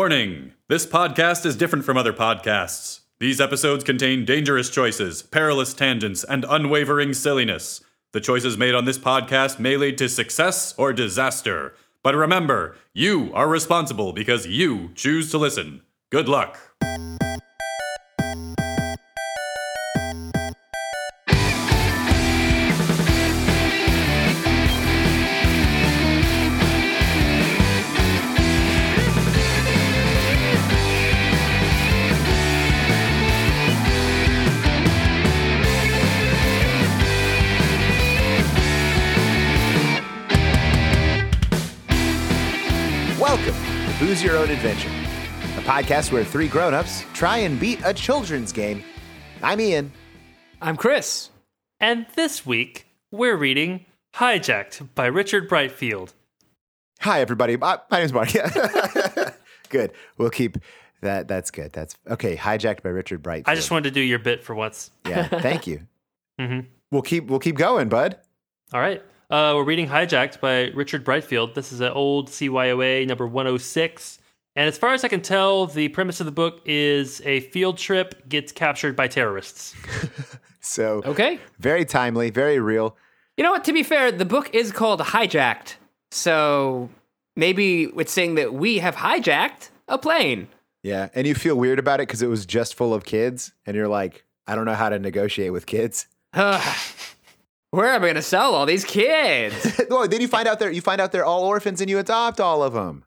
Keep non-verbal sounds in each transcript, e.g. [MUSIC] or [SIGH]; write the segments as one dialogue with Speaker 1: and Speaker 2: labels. Speaker 1: Warning this podcast is different from other podcasts. These episodes contain dangerous choices, perilous tangents, and unwavering silliness. The choices made on this podcast may lead to success or disaster. But remember, you are responsible because you choose to listen. Good luck.
Speaker 2: Welcome to Booze Your Own Adventure, a podcast where three grown-ups try and beat a children's game. I'm Ian.
Speaker 3: I'm Chris.
Speaker 4: And this week, we're reading Hijacked by Richard Brightfield.
Speaker 2: Hi, everybody. My, my name's Mark. [LAUGHS] good. We'll keep that. That's good. That's okay. Hijacked by Richard Bright.
Speaker 4: I just wanted to do your bit for once.
Speaker 2: yeah. Thank
Speaker 4: [LAUGHS]
Speaker 2: you.
Speaker 4: Mhm.
Speaker 2: We'll keep. We'll keep going, bud.
Speaker 4: All right. Uh, we're reading Hijacked by Richard Brightfield. This is an old CYOA number 106. And as far as I can tell, the premise of the book is a field trip gets captured by terrorists.
Speaker 2: So
Speaker 4: Oh.
Speaker 3: Okay.
Speaker 2: very timely, very real.
Speaker 3: You know what? To be fair, the book is called Hijacked. So maybe it's saying that we have hijacked a plane. [SIGHS]
Speaker 2: Yeah. And you feel weird about it because it was just full of kids, and you're like, I don't know how to negotiate with kids. [LAUGHS]
Speaker 3: Ugh. Where am I going to sell all these
Speaker 2: [LAUGHS]
Speaker 3: kids?
Speaker 2: well, then you find out they're you find out they're all orphans, and you adopt all of them.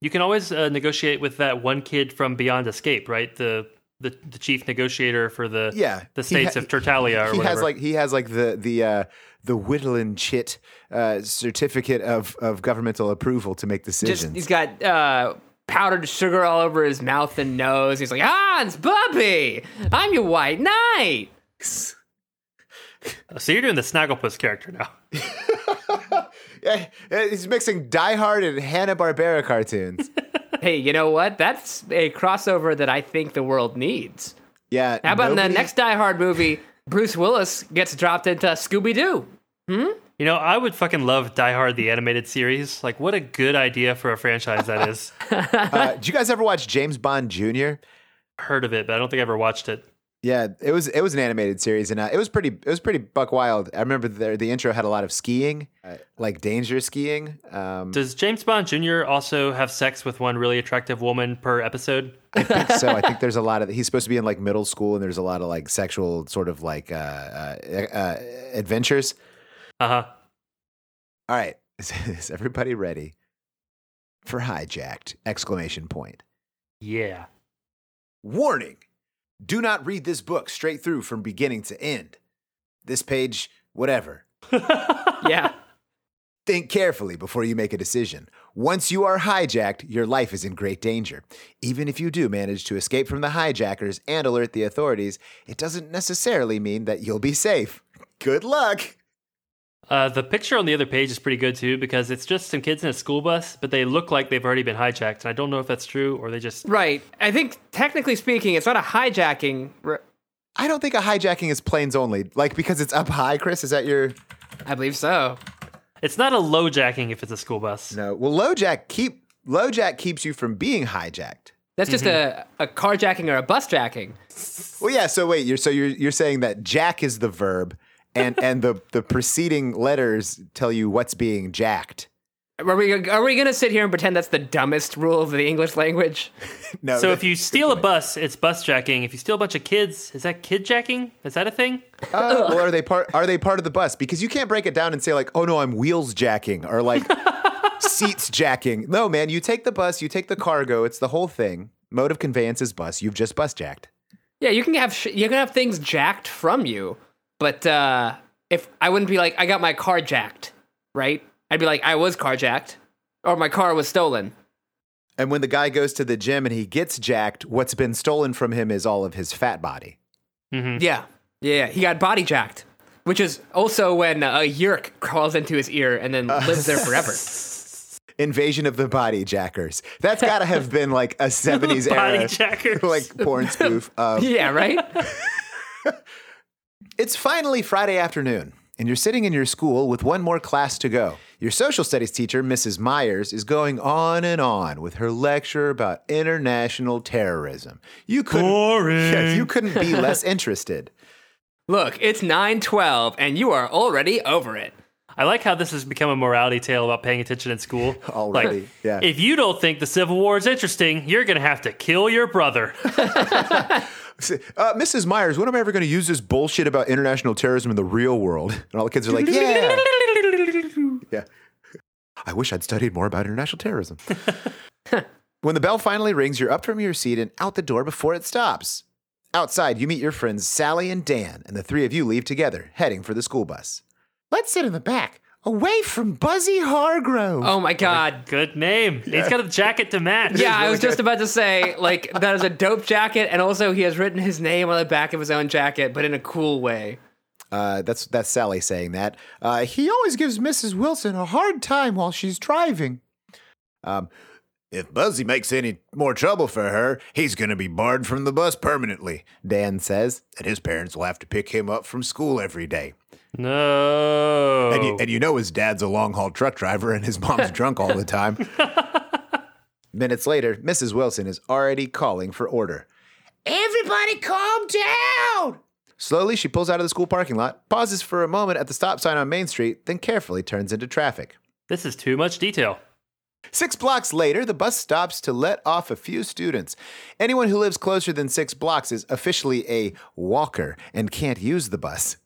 Speaker 4: You can always uh, negotiate with that one kid from Beyond Escape, right? The the, the chief negotiator for the
Speaker 2: Yeah,
Speaker 4: the
Speaker 2: he ha-
Speaker 4: states of Tertalia or
Speaker 2: he
Speaker 4: whatever.
Speaker 2: has like he has like the the uh, the whittling chit uh, certificate of of governmental approval to make
Speaker 3: Just
Speaker 2: decisions. [LAUGHS]
Speaker 3: he's got uh, powdered sugar all over his mouth and nose. He's like, Hans, Bubby, I'm your white knight. [LAUGHS]
Speaker 4: so you're doing the Snagglepuss character now.
Speaker 2: Yeah, eh, he's mixing Die Hard and Hanna Barbera cartoons.
Speaker 3: Hey, you know what? That's a crossover that I think the world needs.
Speaker 2: [LAUGHS] Yeah.
Speaker 3: How about in
Speaker 2: nobody-
Speaker 3: the next Die Hard movie, Bruce Willis gets dropped into Scooby Doo?
Speaker 4: You know, I would fucking love Die Hard the animated series. Like, what a good idea for a franchise that is.
Speaker 2: [LAUGHS] Uh, did you guys ever watch James Bond Jr.?
Speaker 4: Heard of it, but I don't think I ever watched it.
Speaker 2: Yeah, it was it was an animated series, and uh, it was pretty it was pretty buck wild. I remember the, the intro had a lot of skiing, uh, like danger skiing. Um,
Speaker 4: Does James Bond Jr. also have sex with one really attractive woman per episode?
Speaker 2: think so. I think there's a lot of he's supposed to be in like middle school, and there's a lot of like sexual sort of like uh, uh, uh, adventures.
Speaker 4: Uh huh.
Speaker 2: All right, [LAUGHS] is, is everybody ready for hijacked? Exclamation point!
Speaker 4: Yeah.
Speaker 2: Warning: Do not read this book straight through from beginning to end. This page, whatever.
Speaker 3: Yeah.
Speaker 2: Think carefully before you make a decision. Once you are hijacked, your life is in great danger. Even if you do manage to escape from the hijackers and alert the authorities, it doesn't necessarily mean that you'll be safe. Good luck.
Speaker 4: Uh, the picture on the other page is pretty good too because it's just some kids in a school bus, but they look like they've already been hijacked. And I don't know if that's true or they just.
Speaker 3: right. I think, technically speaking, it's not a hijacking. r-
Speaker 2: I don't think a hijacking is planes only. Like because it's up high, Chris, is that your
Speaker 3: I believe so.
Speaker 4: It's not a low jacking if it's a school bus.
Speaker 2: No. Well, LoJack keep LoJack keeps you from being hijacked.
Speaker 3: That's just a, a carjacking or a bus jacking.
Speaker 2: Well, yeah, so wait, you're so you're you're saying that jack is the verb and and the the preceding letters tell you what's being jacked.
Speaker 3: Are we, are we going to sit here and pretend that's the dumbest rule of the English language?
Speaker 2: No.
Speaker 4: So
Speaker 2: that-
Speaker 4: if you steal a bus, it's bus jacking. If you steal a bunch of kids, is that kid jacking? Is that a thing?
Speaker 2: Oh, well, are they part? Are they part of the bus? Because you can't break it down and say like, "Oh no, I'm wheels jacking" or
Speaker 4: [LAUGHS]
Speaker 2: like seats jacking. No, man, you take the bus, you take the cargo. It's the whole thing. Mode of conveyance is bus. You've just bus jacked.
Speaker 3: Yeah, you can have sh- you can have things jacked from you, but uh, if I wouldn't be like I got my car jacked, right? I'd be like I was carjacked, or my car was stolen.
Speaker 2: And when the guy goes to the gym and he gets jacked, what's been stolen from him is all of his fat body.
Speaker 3: Yeah, yeah, he got body jacked, which is also when a yerk crawls into his ear and then lives there forever.
Speaker 2: Invasion of the Body Jackers. That's got to have been like
Speaker 4: [LAUGHS]
Speaker 2: a '70s
Speaker 4: Body
Speaker 2: era [LAUGHS]
Speaker 4: jackers.
Speaker 2: like porn spoof of
Speaker 3: yeah, right.
Speaker 2: It's finally Friday afternoon, and you're sitting in your school with one more class to go. Your social studies teacher, Mrs. Myers, is going on and on with her lecture about international terrorism. You couldn't, [LAUGHS]
Speaker 4: Boring.
Speaker 2: Yeah, you couldn't be
Speaker 4: [LAUGHS]
Speaker 2: less interested.
Speaker 3: Look, it's 912 and you are already over it.
Speaker 4: I like how this has become a morality tale about paying attention in school.
Speaker 2: [LAUGHS] Already,
Speaker 4: Like,
Speaker 2: yeah.
Speaker 4: If you don't think the Civil War is interesting, you're going to have to kill
Speaker 2: [LAUGHS]
Speaker 4: your brother.
Speaker 2: Uh, Mrs. Myers, when am I ever going to use this bullshit about international terrorism in the real world? [LAUGHS] And all the kids are like, yeah. yeah. I wish I'd studied more about international terrorism. when the bell finally rings, you're up from your seat and out the door before it stops. Outside, you meet your friends Sally and Dan, and the three of you leave together, heading for the school bus. Let's sit in the back, away from Buzzy Hargrove.
Speaker 3: Oh
Speaker 2: [LAUGHS]
Speaker 3: my god.
Speaker 4: Good name. He's got a jacket to match.
Speaker 3: Yeah, I was just about to say, like, that is a dope jacket, and also he has written his name on the back of his own jacket, but in a cool way.
Speaker 2: Uh, that's that's Sally saying that. Uh, he always gives Mrs. Wilson a hard time while she's driving. Um, if Buzzy makes any more trouble for her, he's going to be barred from the bus permanently. Dan says, and his parents will have to pick him up from school every day.
Speaker 4: No.
Speaker 2: And, you, and you know his dad's a long haul truck driver, and his mom's drunk all the time. Minutes later, Mrs. Wilson is already calling for order. Everybody calm down! Slowly, she pulls out of the school parking lot, pauses for a moment at the stop sign on Main Street, then carefully turns into traffic.
Speaker 4: this is too much detail.
Speaker 2: Six blocks later, the bus stops to let off a few students. Anyone who lives closer than six blocks is officially a walker and can't use the bus.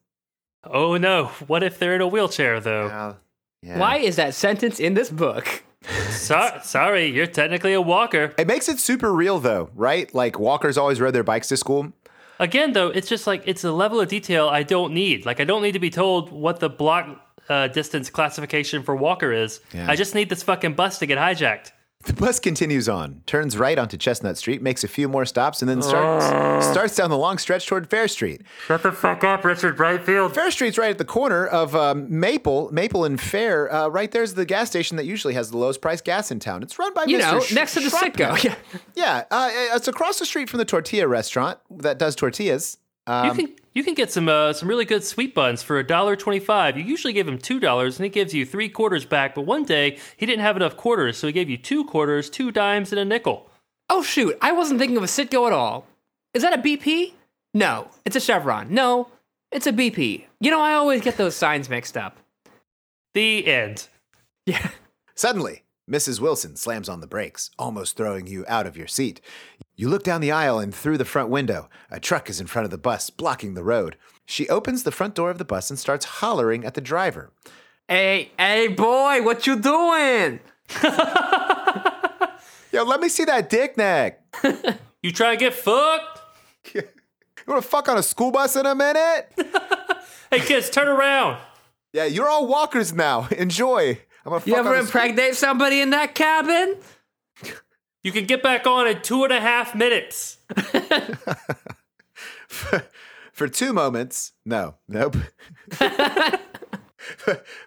Speaker 4: Oh no. What if they're in a wheelchair though?
Speaker 2: Yeah.
Speaker 3: Why is that sentence in this book?
Speaker 4: So- sorry, you're technically a walker.
Speaker 2: It makes it super real though, right? Like walkers always rode their bikes to school.
Speaker 4: Again though, it's just like it's a level of detail I don't need. Like I don't need to be told what the block uh, distance classification for walker is.
Speaker 2: Yeah.
Speaker 4: I just need this fucking bus to get hijacked.
Speaker 2: The bus continues on, turns right onto Chestnut Street, makes a few more stops, and then starts starts down the long stretch toward Fair Street.
Speaker 4: Shut the fuck up, Richard Brightfield.
Speaker 2: Fair Street's right at the corner of um, Maple, Maple and Fair. Uh, right there's the gas station that usually has the lowest price gas in town. It's run by
Speaker 3: You
Speaker 2: Mr.
Speaker 3: know,
Speaker 2: Sh-
Speaker 3: next to the
Speaker 2: Shrapnel.
Speaker 3: Sitco. [LAUGHS]
Speaker 2: Yeah,
Speaker 3: Yeah.
Speaker 2: uh, it's across the street from the tortilla restaurant that does tortillas.
Speaker 4: You can you can get some uh, some really good sweet buns for a dollar twenty five. You usually give him two dollars, and he gives you three quarters back. But one day he didn't have enough quarters, so he gave you two quarters, two dimes, and a nickel.
Speaker 3: Oh, shoot. I wasn't thinking of a Sitco at all. Is that a BP? No, it's a Chevron. No, it's a BP. You know, I always get those signs mixed up. [LAUGHS]
Speaker 4: The end.
Speaker 3: Yeah.
Speaker 2: Suddenly, Mrs. Wilson slams on the brakes, almost throwing you out of your seat. You look down the aisle and through the front window. A truck is in front of the bus, blocking the road. She opens the front door of the bus and starts hollering at the driver.
Speaker 3: Hey, hey, boy, what you doing?
Speaker 2: Yo, let me see that dick neck.
Speaker 4: You try to get fucked?
Speaker 2: You wanna fuck on a school bus in a minute?
Speaker 3: [LAUGHS]
Speaker 4: Hey kids, turn around.
Speaker 2: yeah, you're all walkers now. [LAUGHS] Enjoy. I'm a fuck
Speaker 3: You
Speaker 2: on
Speaker 3: ever
Speaker 2: a school-
Speaker 3: impregnate somebody in that cabin?
Speaker 4: You can get back on in two and a half minutes.
Speaker 2: For two moments, no,
Speaker 3: [LAUGHS]
Speaker 2: nope. [LAUGHS]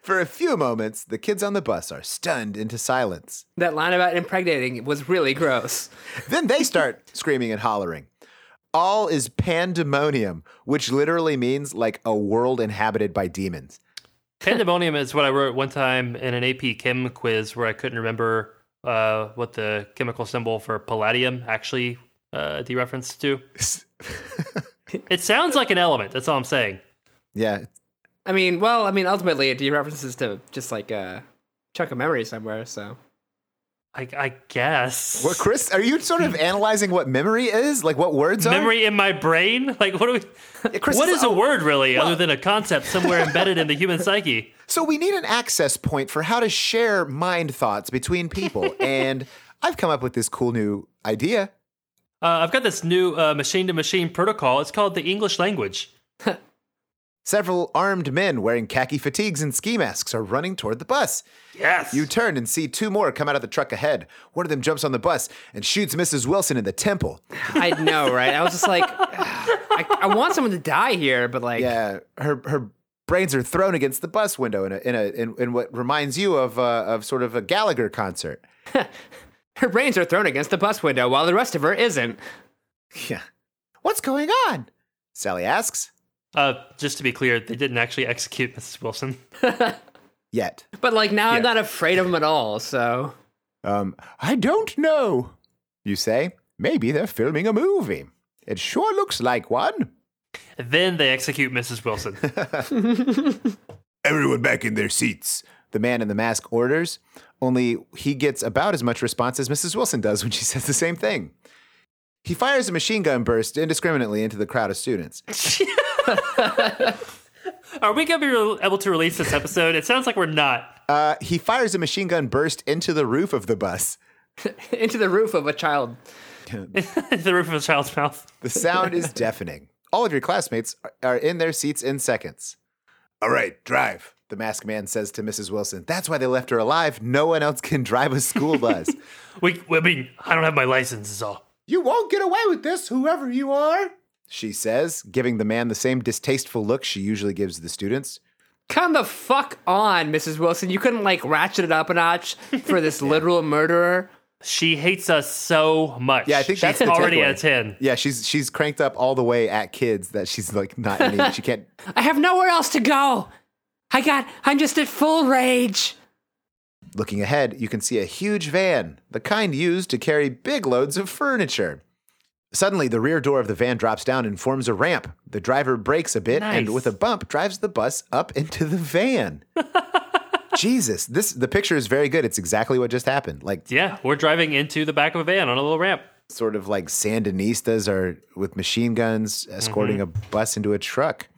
Speaker 2: For a few moments, the kids on the bus are stunned into silence.
Speaker 3: That line about impregnating was really gross.
Speaker 2: Then they start [LAUGHS] screaming and hollering. All is pandemonium, which literally means like a world inhabited by demons.
Speaker 4: Pandemonium is what I wrote one time in an AP Chem quiz where I couldn't remember uh, what the chemical symbol for palladium actually uh, dereferenced to. it sounds like an element. That's all I'm saying.
Speaker 2: Yeah.
Speaker 3: I mean, well, I mean, ultimately, it references to just like a chunk of memory somewhere. So
Speaker 4: I, I guess.
Speaker 2: What, Chris, are you sort of analyzing what memory is? Like what words are?
Speaker 4: Hmm. Memory in my brain? Like, what do we.
Speaker 2: Yeah, Chris,
Speaker 4: what
Speaker 2: this
Speaker 4: is a word really, other than a
Speaker 2: [LAUGHS]
Speaker 4: concept somewhere embedded in the human psyche?
Speaker 2: So we need an access point for how to share mind thoughts between
Speaker 4: [LAUGHS]
Speaker 2: people. and I've come up with this cool new idea.
Speaker 4: Uh, I've got this new machine to machine protocol. It's called the English language.
Speaker 2: Several armed men wearing khaki fatigues and ski masks are running toward the bus.
Speaker 4: Yes.
Speaker 2: You turn and see two more come out of the truck ahead. One of them jumps on the bus and shoots Mrs. Wilson in the temple.
Speaker 3: I know, right? I was just like, I, I want someone to die here, but like,
Speaker 2: Yeah, her her brains are thrown against the bus window in a in a in, in what reminds you of uh, of sort of a Gallagher concert.
Speaker 3: her brains are thrown against the bus window while the rest of her isn't.
Speaker 2: [LAUGHS] Yeah, what's going on? Sally asks.
Speaker 4: Uh, just to be clear, they didn't actually execute Mrs. Wilson.
Speaker 2: yet.
Speaker 3: But like now,
Speaker 4: Yeah.
Speaker 3: I'm not afraid of them at all. So [LAUGHS]
Speaker 2: Um, I don't know. You say, maybe they're filming a movie. It sure looks like one.
Speaker 4: Then they execute
Speaker 2: [LAUGHS]
Speaker 4: Mrs. Wilson.
Speaker 2: Everyone back in their seats. The man in the mask orders, only he gets about as much response as Mrs. Wilson does when she [LAUGHS] says the same thing. He fires a machine gun burst indiscriminately into the crowd of students.
Speaker 4: Are we going to be re- able to release this episode? It sounds like we're not. [LAUGHS]
Speaker 2: Uh, he fires a machine gun burst into the roof of the bus.
Speaker 3: into the roof of a child.
Speaker 4: the roof of a child's mouth.
Speaker 2: The sound [LAUGHS] is deafening. All of your classmates are- are in their seats in seconds. All right, drive, the masked man says to Mrs. Wilson. That's why they left her alive. No one else can drive a [LAUGHS] school bus.
Speaker 4: We, I mean, I don't have my license, is all.
Speaker 2: you won't get away with this, whoever you are, she says, giving the man the same distasteful look she usually gives the students.
Speaker 3: Come the fuck on, Mrs. Wilson. You couldn't like ratchet it up a notch for this literal murderer.
Speaker 4: She hates us so much.
Speaker 2: Yeah, I think
Speaker 4: she's
Speaker 2: that's the
Speaker 4: already
Speaker 2: takeaway.
Speaker 4: at 10.
Speaker 2: Yeah, she's she's cranked up all the way at kids that she's like not any, she can't
Speaker 3: I have nowhere else to go. I got. I'm just at full rage.
Speaker 2: Looking ahead, you can see a huge van, the kind used to carry big loads of furniture. Suddenly, the rear door of the van drops down and forms a ramp. The driver brakes a bit and,
Speaker 4: Nice.
Speaker 2: with a bump, drives the bus up into the van. Jesus, this the picture is very good. It's exactly what just happened. Like
Speaker 4: Yeah, we're driving into the back of a van on a little ramp.
Speaker 2: sort of like Sandinistas are with machine guns escorting a bus into a truck.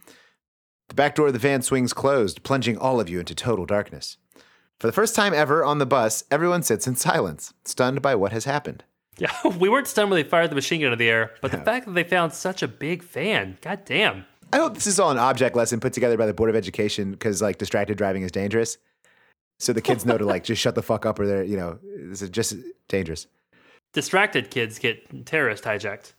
Speaker 2: The back door of the van swings closed, plunging all of you into total darkness. For the first time ever on the bus, everyone sits in silence, stunned by what has happened.
Speaker 4: Yeah, [LAUGHS] we weren't stunned when they fired the machine gun into the air, but the fact that they found such a big fan, god damn.
Speaker 2: I hope this is all an object lesson put together by the Board of Education because like distracted driving is dangerous. So the kids know to like just shut the fuck up or they're, you know, this is just dangerous.
Speaker 4: Distracted kids get terrorist hijacked.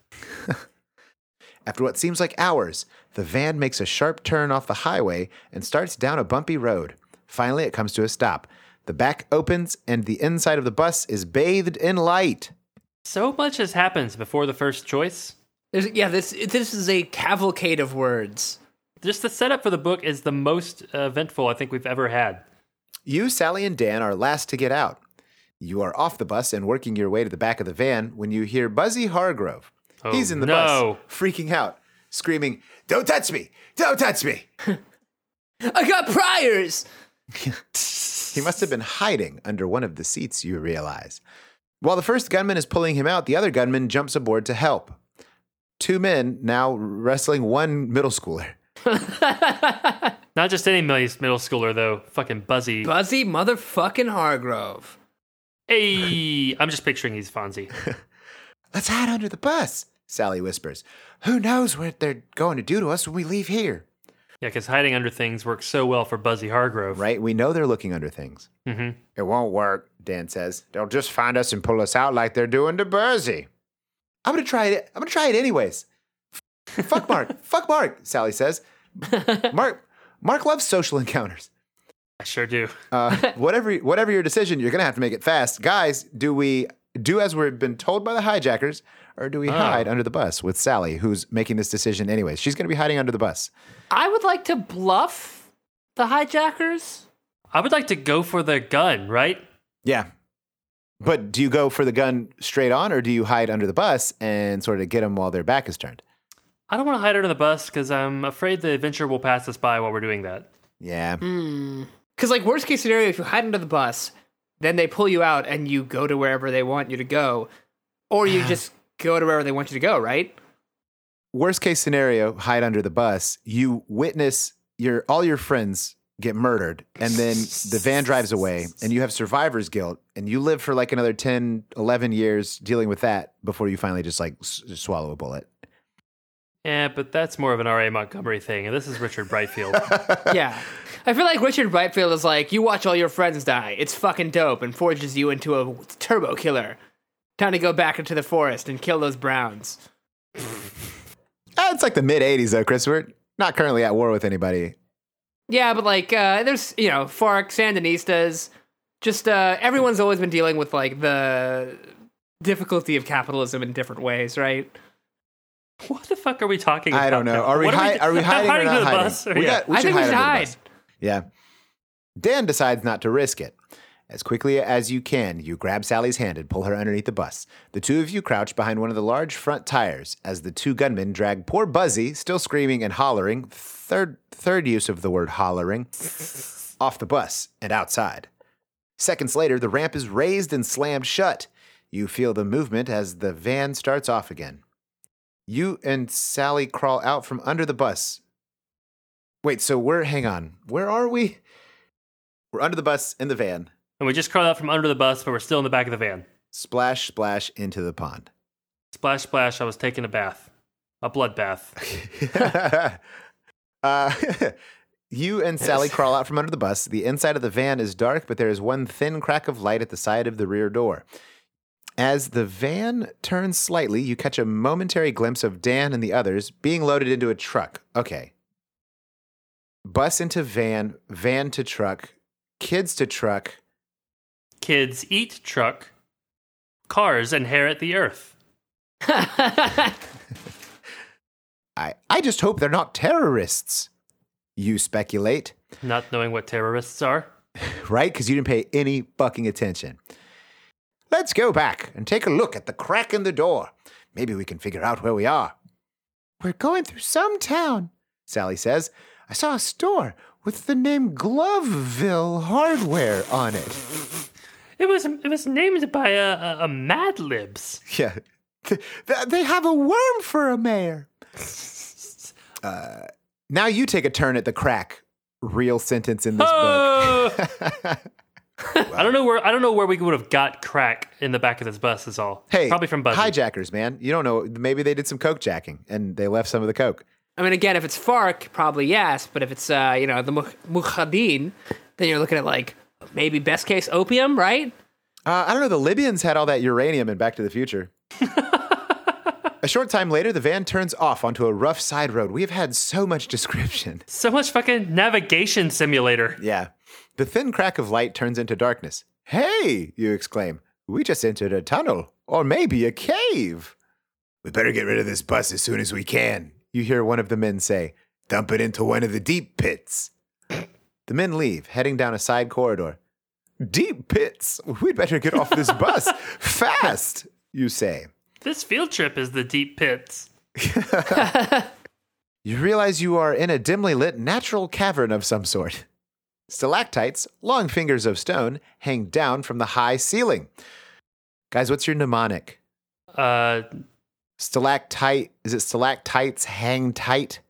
Speaker 2: After what seems like hours, the van makes a sharp turn off the highway and starts down a bumpy road. Finally, it comes to a stop. The back opens, and the inside of the bus is bathed in light.
Speaker 4: So much has happened before the first choice.
Speaker 3: There's, yeah, this this is a cavalcade of words.
Speaker 4: Just the setup for the book is the most uh, eventful I think we've ever had.
Speaker 2: You, Sally, and Dan are last to get out. You are off the bus and working your way to the back of the van when you hear Buzzy Hargrove.
Speaker 4: Oh,
Speaker 2: He's in the
Speaker 4: no.
Speaker 2: bus, freaking out, screaming, Don't touch me! Don't touch me!
Speaker 3: I got priors.
Speaker 2: He must have been hiding under one of the seats, you realize. While the first gunman is pulling him out, the other gunman jumps aboard to help. Two men now wrestling one middle schooler.
Speaker 4: Not just any mil- middle schooler though. Fucking Buzzy.
Speaker 3: Buzzy motherfucking Hargrove.
Speaker 4: hey, I'm just picturing
Speaker 2: [LAUGHS]
Speaker 4: he's Fonzie.
Speaker 2: Let's hide under the bus, Sally whispers. Who knows what they're going to do to us when we leave here?
Speaker 4: Yeah, because hiding under things works so well for Buzzy Hargrove.
Speaker 2: Right? We know they're looking under things.
Speaker 4: hmm
Speaker 2: It won't work, Dan says. They'll just find us and pull us out like they're doing to Burzy. I'm gonna try it. I'm gonna try it anyways. F- Fuck Mark. Fuck Mark. Sally says. Mark. Mark loves social encounters.
Speaker 4: I sure do.
Speaker 2: Uh, whatever. Whatever your decision, you're gonna have to make it fast, guys. Do we do as we've been told by the hijackers, or do we hide under the bus with Sally, who's making this decision anyways? She's gonna be hiding under the bus.
Speaker 3: I would like to bluff the hijackers.
Speaker 4: I would like to go for the gun, right?
Speaker 2: Yeah. But do you go for the gun straight on, or do you hide under the bus and sort of get them while their back is turned?
Speaker 4: I don't want to hide under the bus because I'm afraid the adventure will pass us by while we're doing that.
Speaker 2: Yeah.
Speaker 3: Because, Hmm. like, worst case scenario, if you hide under the bus, then they pull you out and you go to wherever they want you to go, or you just go to wherever they want you to go, right? [LAUGHS]
Speaker 2: worst case scenario, hide under the bus. You witness your all your friends get murdered, and then the van drives away, and you have survivor's guilt, and you live for like another 10, 11 years dealing with that before you finally just like s- swallow a bullet.
Speaker 4: Yeah, but that's more of an R.A. Montgomery thing, and this is
Speaker 2: [LAUGHS]
Speaker 4: Richard Brightfield.
Speaker 3: yeah. I feel like Richard Brightfield is like, you watch all your friends die. It's fucking dope and forges you into a turbo killer. Time to go back into the forest and kill those Browns.
Speaker 2: Ah, it's like the mid '80s though, Chris. We're not currently at war with anybody.
Speaker 3: Yeah, but like, uh, there's you know, FARC, Sandinistas, just uh, everyone's always been dealing with like the difficulty of capitalism in different ways, right?
Speaker 4: what the fuck are we talking about?
Speaker 2: I don't know.
Speaker 4: now?
Speaker 2: Are we,
Speaker 4: What [LAUGHS]
Speaker 2: hi- are we hiding or
Speaker 4: under
Speaker 2: not
Speaker 4: the
Speaker 2: hiding?
Speaker 4: bus? Or-
Speaker 2: We
Speaker 4: yeah.
Speaker 2: got- we
Speaker 3: I
Speaker 2: should
Speaker 3: think we
Speaker 2: hide
Speaker 3: should
Speaker 2: under the
Speaker 3: hide.
Speaker 2: bus. Yeah. Dan decides not to risk it. As quickly as you can, you grab Sally's hand and pull her underneath the bus. The two of you crouch behind one of the large front tires as the two gunmen drag poor Buzzy, still screaming and hollering, third third use of the word hollering, off the bus and outside. Seconds later, the ramp is raised and slammed shut. You feel the movement as the van starts off again. You and Sally crawl out from under the bus. Wait, so we're, hang on, where are we? We're under the bus in the van.
Speaker 4: And we just crawled out from under the bus, but we're still in the back of the van.
Speaker 2: Splash, splash into the pond. [LAUGHS]
Speaker 4: Splash, splash, I was taking a bath. A blood bath.
Speaker 2: uh, [LAUGHS] you and Sally crawl out from under the bus. The inside of the van is dark, but there is one thin crack of light at the side of the rear door. As the van turns slightly, you catch a momentary glimpse of Dan and the others being loaded into a truck. Okay. Bus into van, van to truck, kids to truck.
Speaker 4: Kids eat truck. Cars inherit the earth.
Speaker 2: I, I just hope they're not terrorists. You speculate,
Speaker 4: Not knowing what terrorists are.
Speaker 2: right? Because you didn't pay any fucking attention. Let's go back and take a look at the crack in the door. Maybe we can figure out where we are. We're going through some town, Sally says. I saw a store with the name Gloveville Hardware on it. [LAUGHS]
Speaker 4: It was it was named by a, a, a Mad Libs.
Speaker 2: Yeah. Th- th- They have a worm for a mayor. Uh, now you take a turn at the crack. Real sentence in this book.
Speaker 4: Oh! [LAUGHS] I don't know where I don't know where we would have got crack in the back of this bus. Is all.
Speaker 2: Hey,
Speaker 4: probably from Buzzy.
Speaker 2: hijackers, man. You don't know. Maybe they did some coke jacking and they left some of the coke.
Speaker 3: [LAUGHS] I mean, again, if it's Fark, probably yes. But if it's, uh, you know, the Mu- Mujahideen, then you're looking at like maybe best case opium, right?
Speaker 2: Uh, I don't know. The Libyans had all that uranium in Back to the
Speaker 4: [LAUGHS]
Speaker 2: Future. a short time later, the van turns off onto a rough side road. We have had so much description.
Speaker 4: So much fucking navigation simulator.
Speaker 2: Yeah. The thin crack of light turns into darkness. Hey, you exclaim. We just entered a tunnel, or maybe a cave. We better get rid of this bus as soon as we can, you hear one of the men say. Dump it into one of the deep pits. The men leave, heading down a side corridor. Deep pits? We'd better get off this bus fast, you say.
Speaker 4: This field trip is the deep pits.
Speaker 2: You realize you are in a dimly lit natural cavern of some sort. Stalactites, long fingers of stone, hang down from the high ceiling. Guys, what's your mnemonic?
Speaker 4: Uh,
Speaker 2: Stalactite, is it stalactites hang tight?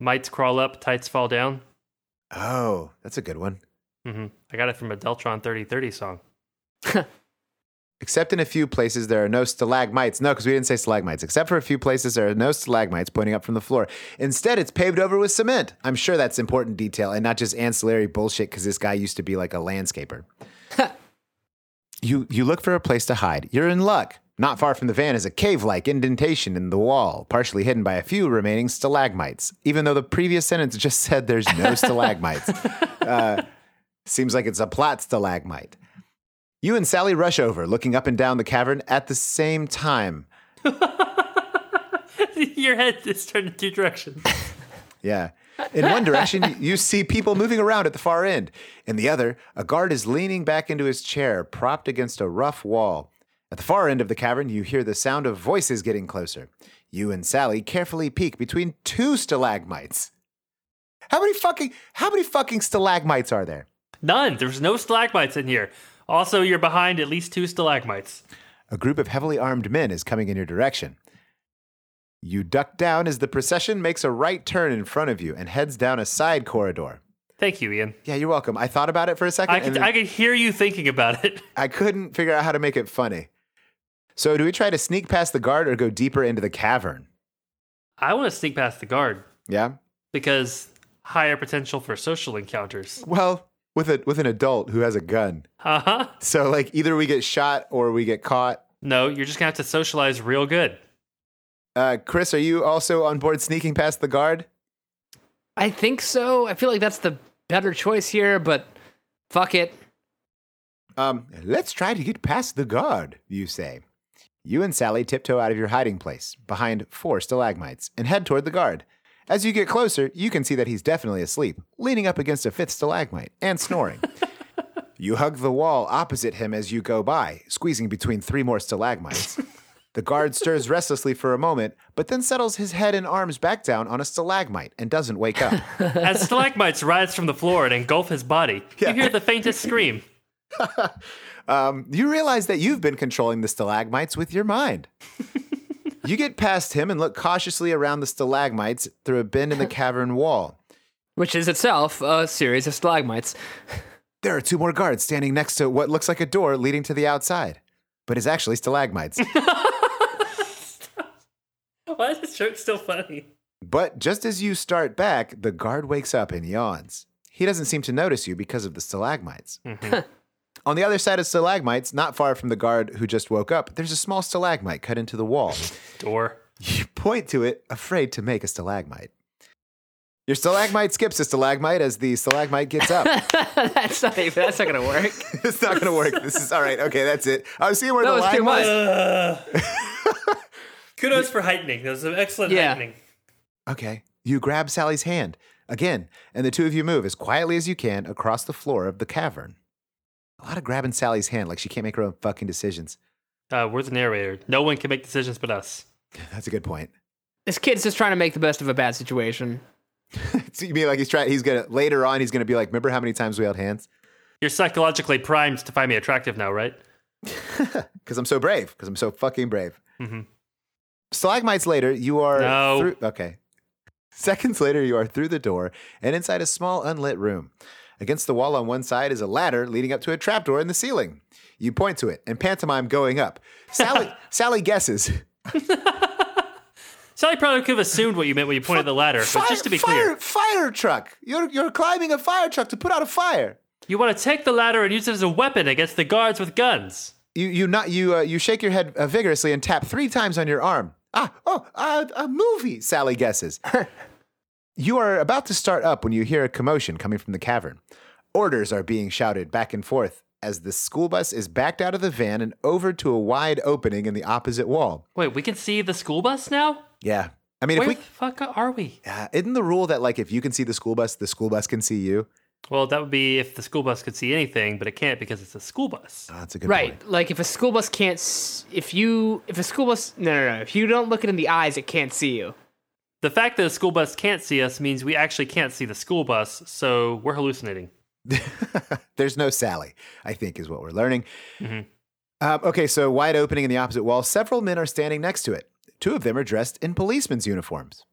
Speaker 4: mites crawl up, tights fall down.
Speaker 2: Oh, that's a good one.
Speaker 4: hmm I got it from a Deltron 3030 song. [LAUGHS]
Speaker 2: Except in a few places, there are no stalagmites. No, because we didn't say stalagmites. Except for a few places, there are no stalagmites pointing up from the floor. Instead, it's paved over with cement. I'm sure that's important detail and not just ancillary bullshit because this guy used to be like a landscaper. you, you look for a place to hide. You're in luck. Not far from the van is a cave like indentation in the wall, partially hidden by a few remaining stalagmites, even though the previous sentence just said there's no stalagmites. Uh, seems like it's a plot stalagmite. You and Sally rush over, looking up and down the cavern at the same time.
Speaker 4: Your head is turned in two directions.
Speaker 2: Yeah. In one direction, you see people moving around at the far end. In the other, a guard is leaning back into his chair, propped against a rough wall. At the far end of the cavern, you hear the sound of voices getting closer. You and Sally carefully peek between two stalagmites. How many fucking how many fucking stalagmites are there?
Speaker 4: None. There's no stalagmites in here. Also, you're behind at least two stalagmites.
Speaker 2: A group of heavily armed men is coming in your direction. You duck down as the procession makes a right turn in front of you and heads down a side corridor.
Speaker 4: Thank you, Ian.
Speaker 2: Yeah, you're welcome. I thought about it for a second
Speaker 4: I could,
Speaker 2: and
Speaker 4: I could hear you thinking about it. [LAUGHS]
Speaker 2: I couldn't figure out how to make it funny. So, do we try to sneak past the guard or go deeper into the cavern?
Speaker 4: I want to sneak past the guard
Speaker 2: Yeah.
Speaker 4: because higher potential for social encounters.
Speaker 2: Well, with a with an adult who has a gun.
Speaker 4: Uh huh.
Speaker 2: So like either we get shot or we get caught.
Speaker 4: No, you're just gonna have to socialize real [LAUGHS] good.
Speaker 2: Uh, Chris, are you also on board sneaking past the guard?
Speaker 3: I think so. I feel like that's the better choice here, but fuck it.
Speaker 2: Um, let's try to get past the guard, you say. You and Sally tiptoe out of your hiding place behind four stalagmites and head toward the guard. As you get closer, you can see that he's definitely asleep, leaning up against a fifth stalagmite and snoring. you hug the wall opposite him as you go by, squeezing between three more stalagmites. the guard stirs restlessly for a moment, but then settles his head and arms back down on a stalagmite and doesn't wake up.
Speaker 4: As stalagmites rise from the floor and engulf his body, you hear the faintest scream.
Speaker 2: you realize that you've been controlling the stalagmites with your mind. you get past him and look cautiously around the stalagmites through a bend in the cavern wall.
Speaker 3: which is itself a series of stalagmites. [LAUGHS]
Speaker 2: There are two more guards standing next to what looks like a door leading to the outside, but is actually stalagmites.
Speaker 4: [LAUGHS] Why is this joke still funny?
Speaker 2: but just as you start back, the guard wakes up and yawns. He doesn't seem to notice you because of the stalagmites. On the other side of stalagmites, not far from the guard who just woke up, there's a small stalagmite cut into the wall.
Speaker 4: Door.
Speaker 2: You point to it, afraid to make a stalagmite. Your stalagmite skips a stalagmite as the stalagmite gets up.
Speaker 3: [LAUGHS] that's not even. That's not gonna work.
Speaker 2: it's not going to work. This is all right. Okay, that's it. I was seeing where
Speaker 3: That
Speaker 2: the
Speaker 3: was
Speaker 2: line
Speaker 3: too much.
Speaker 4: Kudos for heightening. That was an excellent
Speaker 3: Yeah.
Speaker 4: heightening.
Speaker 2: Okay. You grab Sally's hand again, and the two of you move as quietly as you can across the floor of the cavern. A lot of grabbing Sally's hand, like she can't make her own fucking decisions.
Speaker 4: Uh, we're the narrator. No one can make decisions but us.
Speaker 2: That's a good point.
Speaker 3: This kid's just trying to make the best of a bad situation.
Speaker 2: so you mean like he's trying? He's gonna later on. He's gonna be like, remember how many times we held hands?
Speaker 4: You're psychologically primed to find me attractive now, right?
Speaker 2: Because I'm so brave. Because I'm so fucking brave.
Speaker 4: Mhm.
Speaker 2: Stalagmites later, you are
Speaker 4: No.
Speaker 2: through. Okay. Seconds later, you are through the door and inside a small unlit room. Against the wall on one side is a ladder leading up to a trapdoor in the ceiling. You point to it and pantomime going up.
Speaker 4: [LAUGHS]
Speaker 2: Sally, Sally guesses.
Speaker 4: Sally probably could have assumed what you meant when you pointed at the ladder, but just to be
Speaker 2: fire,
Speaker 4: clear,
Speaker 2: fire truck. You're, you're climbing a fire truck to put out a fire.
Speaker 4: you want to take the ladder and use it as a weapon against the guards with guns.
Speaker 2: You you not you uh, you shake your head uh, vigorously and tap three times on your arm. Ah, oh, uh, a movie. Sally guesses. you are about to start up when you hear a commotion coming from the cavern. Orders are being shouted back and forth as the school bus is backed out of the van and over to a wide opening in the opposite wall.
Speaker 4: Wait, we can see the school bus now?
Speaker 2: Yeah, I mean,
Speaker 4: Where
Speaker 2: if
Speaker 4: the
Speaker 2: we
Speaker 4: fuck are we?
Speaker 2: uh, isn't the rule that like if you can see the school bus, the school bus can see you.
Speaker 4: Well, that would be if the school bus could see anything, but it can't because it's a school bus.
Speaker 2: Oh, that's a good
Speaker 3: right.
Speaker 2: point.
Speaker 3: Like if a school bus can't, s- if you, if a school bus, no, no, no. If you don't look it in the eyes, it can't see you.
Speaker 4: The fact that a school bus can't see us means we actually can't see the school bus, so we're hallucinating.
Speaker 2: [LAUGHS] There's no Sally, I think, is what we're learning. Um, okay, so wide opening in the opposite wall, several men are standing next to it. Two of them are dressed in policemen's uniforms.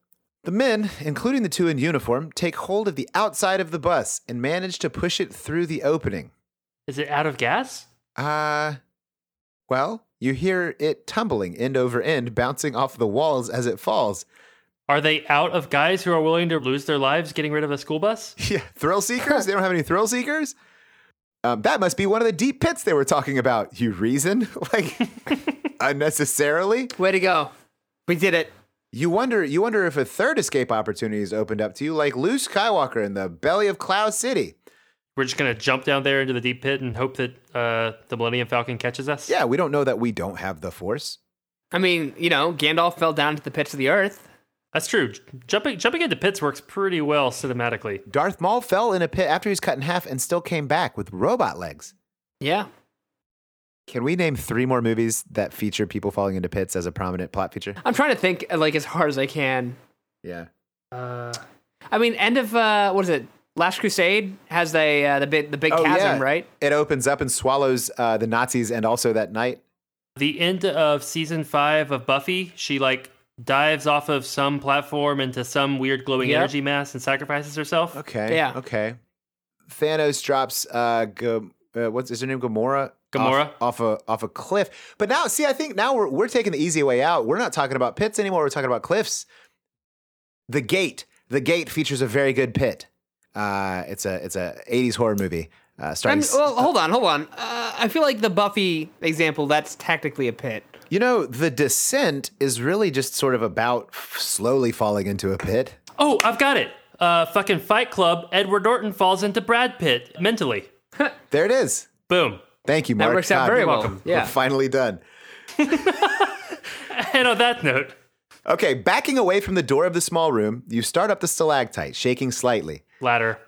Speaker 2: The men, including the two in uniform, take hold of the outside of the bus and manage to push it through the opening.
Speaker 4: Is it out of gas?
Speaker 2: Uh, well, you hear it tumbling end over end, bouncing off the walls as it falls.
Speaker 4: Are they out of guys who are willing to lose their lives getting rid of a school bus?
Speaker 2: [LAUGHS] Yeah, thrill seekers? they don't have any thrill seekers? Um, that must be one of the deep pits they were talking about, you reason. [LAUGHS]
Speaker 3: [LAUGHS]
Speaker 2: like, unnecessarily.
Speaker 3: Way to go. We did it.
Speaker 2: You wonder you wonder if a third escape opportunity is opened up to you, like Luke Skywalker in the belly of Cloud City.
Speaker 4: We're just gonna jump down there into the deep pit and hope that uh, the Millennium Falcon catches us.
Speaker 2: Yeah, we don't know that we don't have the force.
Speaker 3: I mean, you know, Gandalf fell down to the pits of the earth.
Speaker 4: that's true. J- Jumping jumping into pits works pretty well cinematically.
Speaker 2: Darth Maul fell in a pit after he was cut in half and still came back with robot legs.
Speaker 3: Yeah.
Speaker 2: Can we name three more movies that feature people falling into pits as a prominent plot feature?
Speaker 3: I'm trying to think uh, like as hard as I can.
Speaker 2: Yeah.
Speaker 4: Uh,
Speaker 3: I mean, end of uh, what is it? Last Crusade has the uh, the big the
Speaker 2: Oh,
Speaker 3: big chasm, right?
Speaker 2: It opens up and swallows uh, the Nazis and also that night.
Speaker 4: the end of season five of Buffy, she like dives off of some platform into some weird glowing
Speaker 3: Yep.
Speaker 4: energy mass and sacrifices herself.
Speaker 2: Okay.
Speaker 3: Yeah.
Speaker 2: Okay. Thanos drops uh, Ga- uh what's is her name Gamora?
Speaker 4: Gamora.
Speaker 2: off, off a off a cliff. But now see I think now we're we're taking the easy way out. We're not talking about pits anymore. We're talking about cliffs. The Gate. The Gate features a very good pit. Uh it's a it's a 80s horror movie. Uh
Speaker 3: I'm,
Speaker 2: starting s-
Speaker 3: well, hold on, hold on. Uh, I feel like the Buffy example that's technically a pit.
Speaker 2: You know, The Descent is really just sort of about f- slowly falling into a pit.
Speaker 4: Oh, I've got it. Uh, fucking Fight Club. Edward Norton falls into Brad Pitt mentally.
Speaker 2: There it is.
Speaker 4: Boom. [LAUGHS]
Speaker 2: Thank you,
Speaker 3: That
Speaker 2: Mark.
Speaker 3: works
Speaker 2: God,
Speaker 3: out very
Speaker 2: we're
Speaker 3: well.
Speaker 4: welcome.
Speaker 3: Yeah.
Speaker 2: Finally done.
Speaker 4: And on that note,
Speaker 2: Okay, backing away from the door of the small room, you start up the stalactite, shaking slightly.
Speaker 4: Ladder.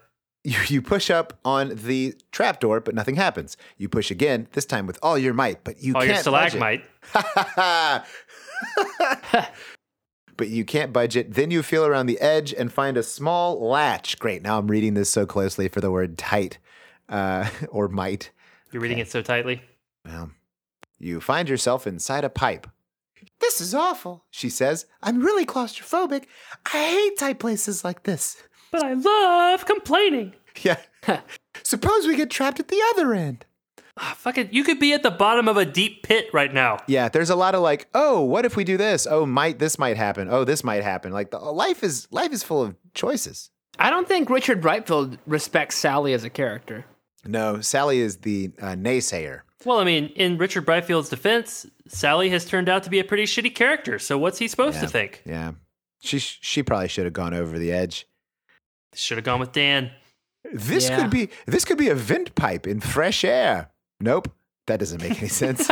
Speaker 2: You, you push up on the trapdoor, but nothing happens. You push again, this time with all your might, but you
Speaker 4: Oh,
Speaker 2: can't.
Speaker 4: your
Speaker 2: budge it.
Speaker 4: stalagmite.
Speaker 2: [LAUGHS] but you can't budge it. Then you feel around the edge and find a small latch. Great. Now I'm reading this so closely for the word tight uh, [LAUGHS] or might.
Speaker 4: You're reading it so tightly.
Speaker 2: Well, you find yourself inside a pipe. This is awful, she says. I'm really claustrophobic. I hate tight places like this.
Speaker 4: But I love complaining.
Speaker 2: [LAUGHS] Yeah. Suppose we get trapped at the other end.
Speaker 4: Ah, fucking, you could be at the bottom of a deep pit right now.
Speaker 2: Yeah, there's a lot of like, oh, what if we do this? Oh, might this might happen? Oh, this might happen. Like the life is life is full of choices.
Speaker 3: I don't think Richard Brightfield respects Sally as a character.
Speaker 2: No, Sally is the uh, naysayer.
Speaker 4: Well, I mean, in Richard Brightfield's defense, Sally has turned out to be a pretty shitty character. So what's he supposed to think?
Speaker 2: Yeah, she sh- she probably should have gone over the edge.
Speaker 4: Should have gone with Dan.
Speaker 2: This
Speaker 3: Yeah.
Speaker 2: could be this could be a vent pipe in fresh air. Nope, that doesn't make any [LAUGHS] sense.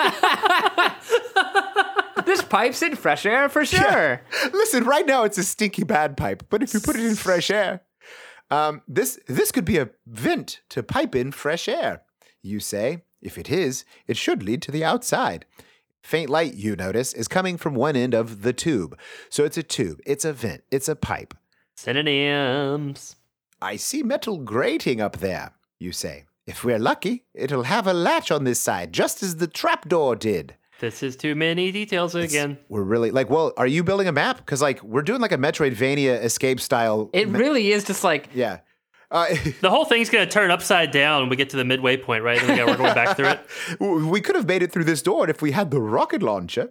Speaker 3: This pipes in fresh air for sure.
Speaker 2: Listen, right now it's a stinky bad pipe, but if you put it in fresh air, um, this this could be a vent to pipe in fresh air. You say, if it is, it should lead to the outside. Faint light, you notice, is coming from one end of the tube. So it's a tube, it's a vent, it's a pipe.
Speaker 4: Synonyms.
Speaker 2: I see metal grating up there, you say. If we're lucky, it'll have a latch on this side, just as the trapdoor did.
Speaker 4: This is too many details again.
Speaker 2: We're really like, well, are you building a map? Because like we're doing like a Metroidvania escape style.
Speaker 3: It really is just like
Speaker 2: yeah. Uh,
Speaker 4: The whole thing's gonna turn upside down when we get to the midway point, right? Then we gotta work our way back through it.
Speaker 2: we could have made it through this door if we had the rocket launcher.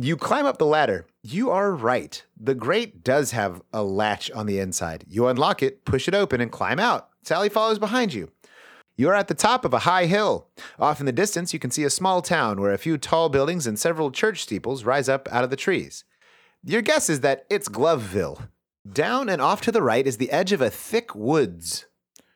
Speaker 2: You climb up the ladder. You are right. The grate does have a latch on the inside. You unlock it, push it open, and climb out. Sally follows behind you. You are at the top of a high hill. Off in the distance, you can see a small town where a few tall buildings and several church steeples rise up out of the trees. Your guess is that it's Gloveville. Down and off to the right is the edge of a thick woods.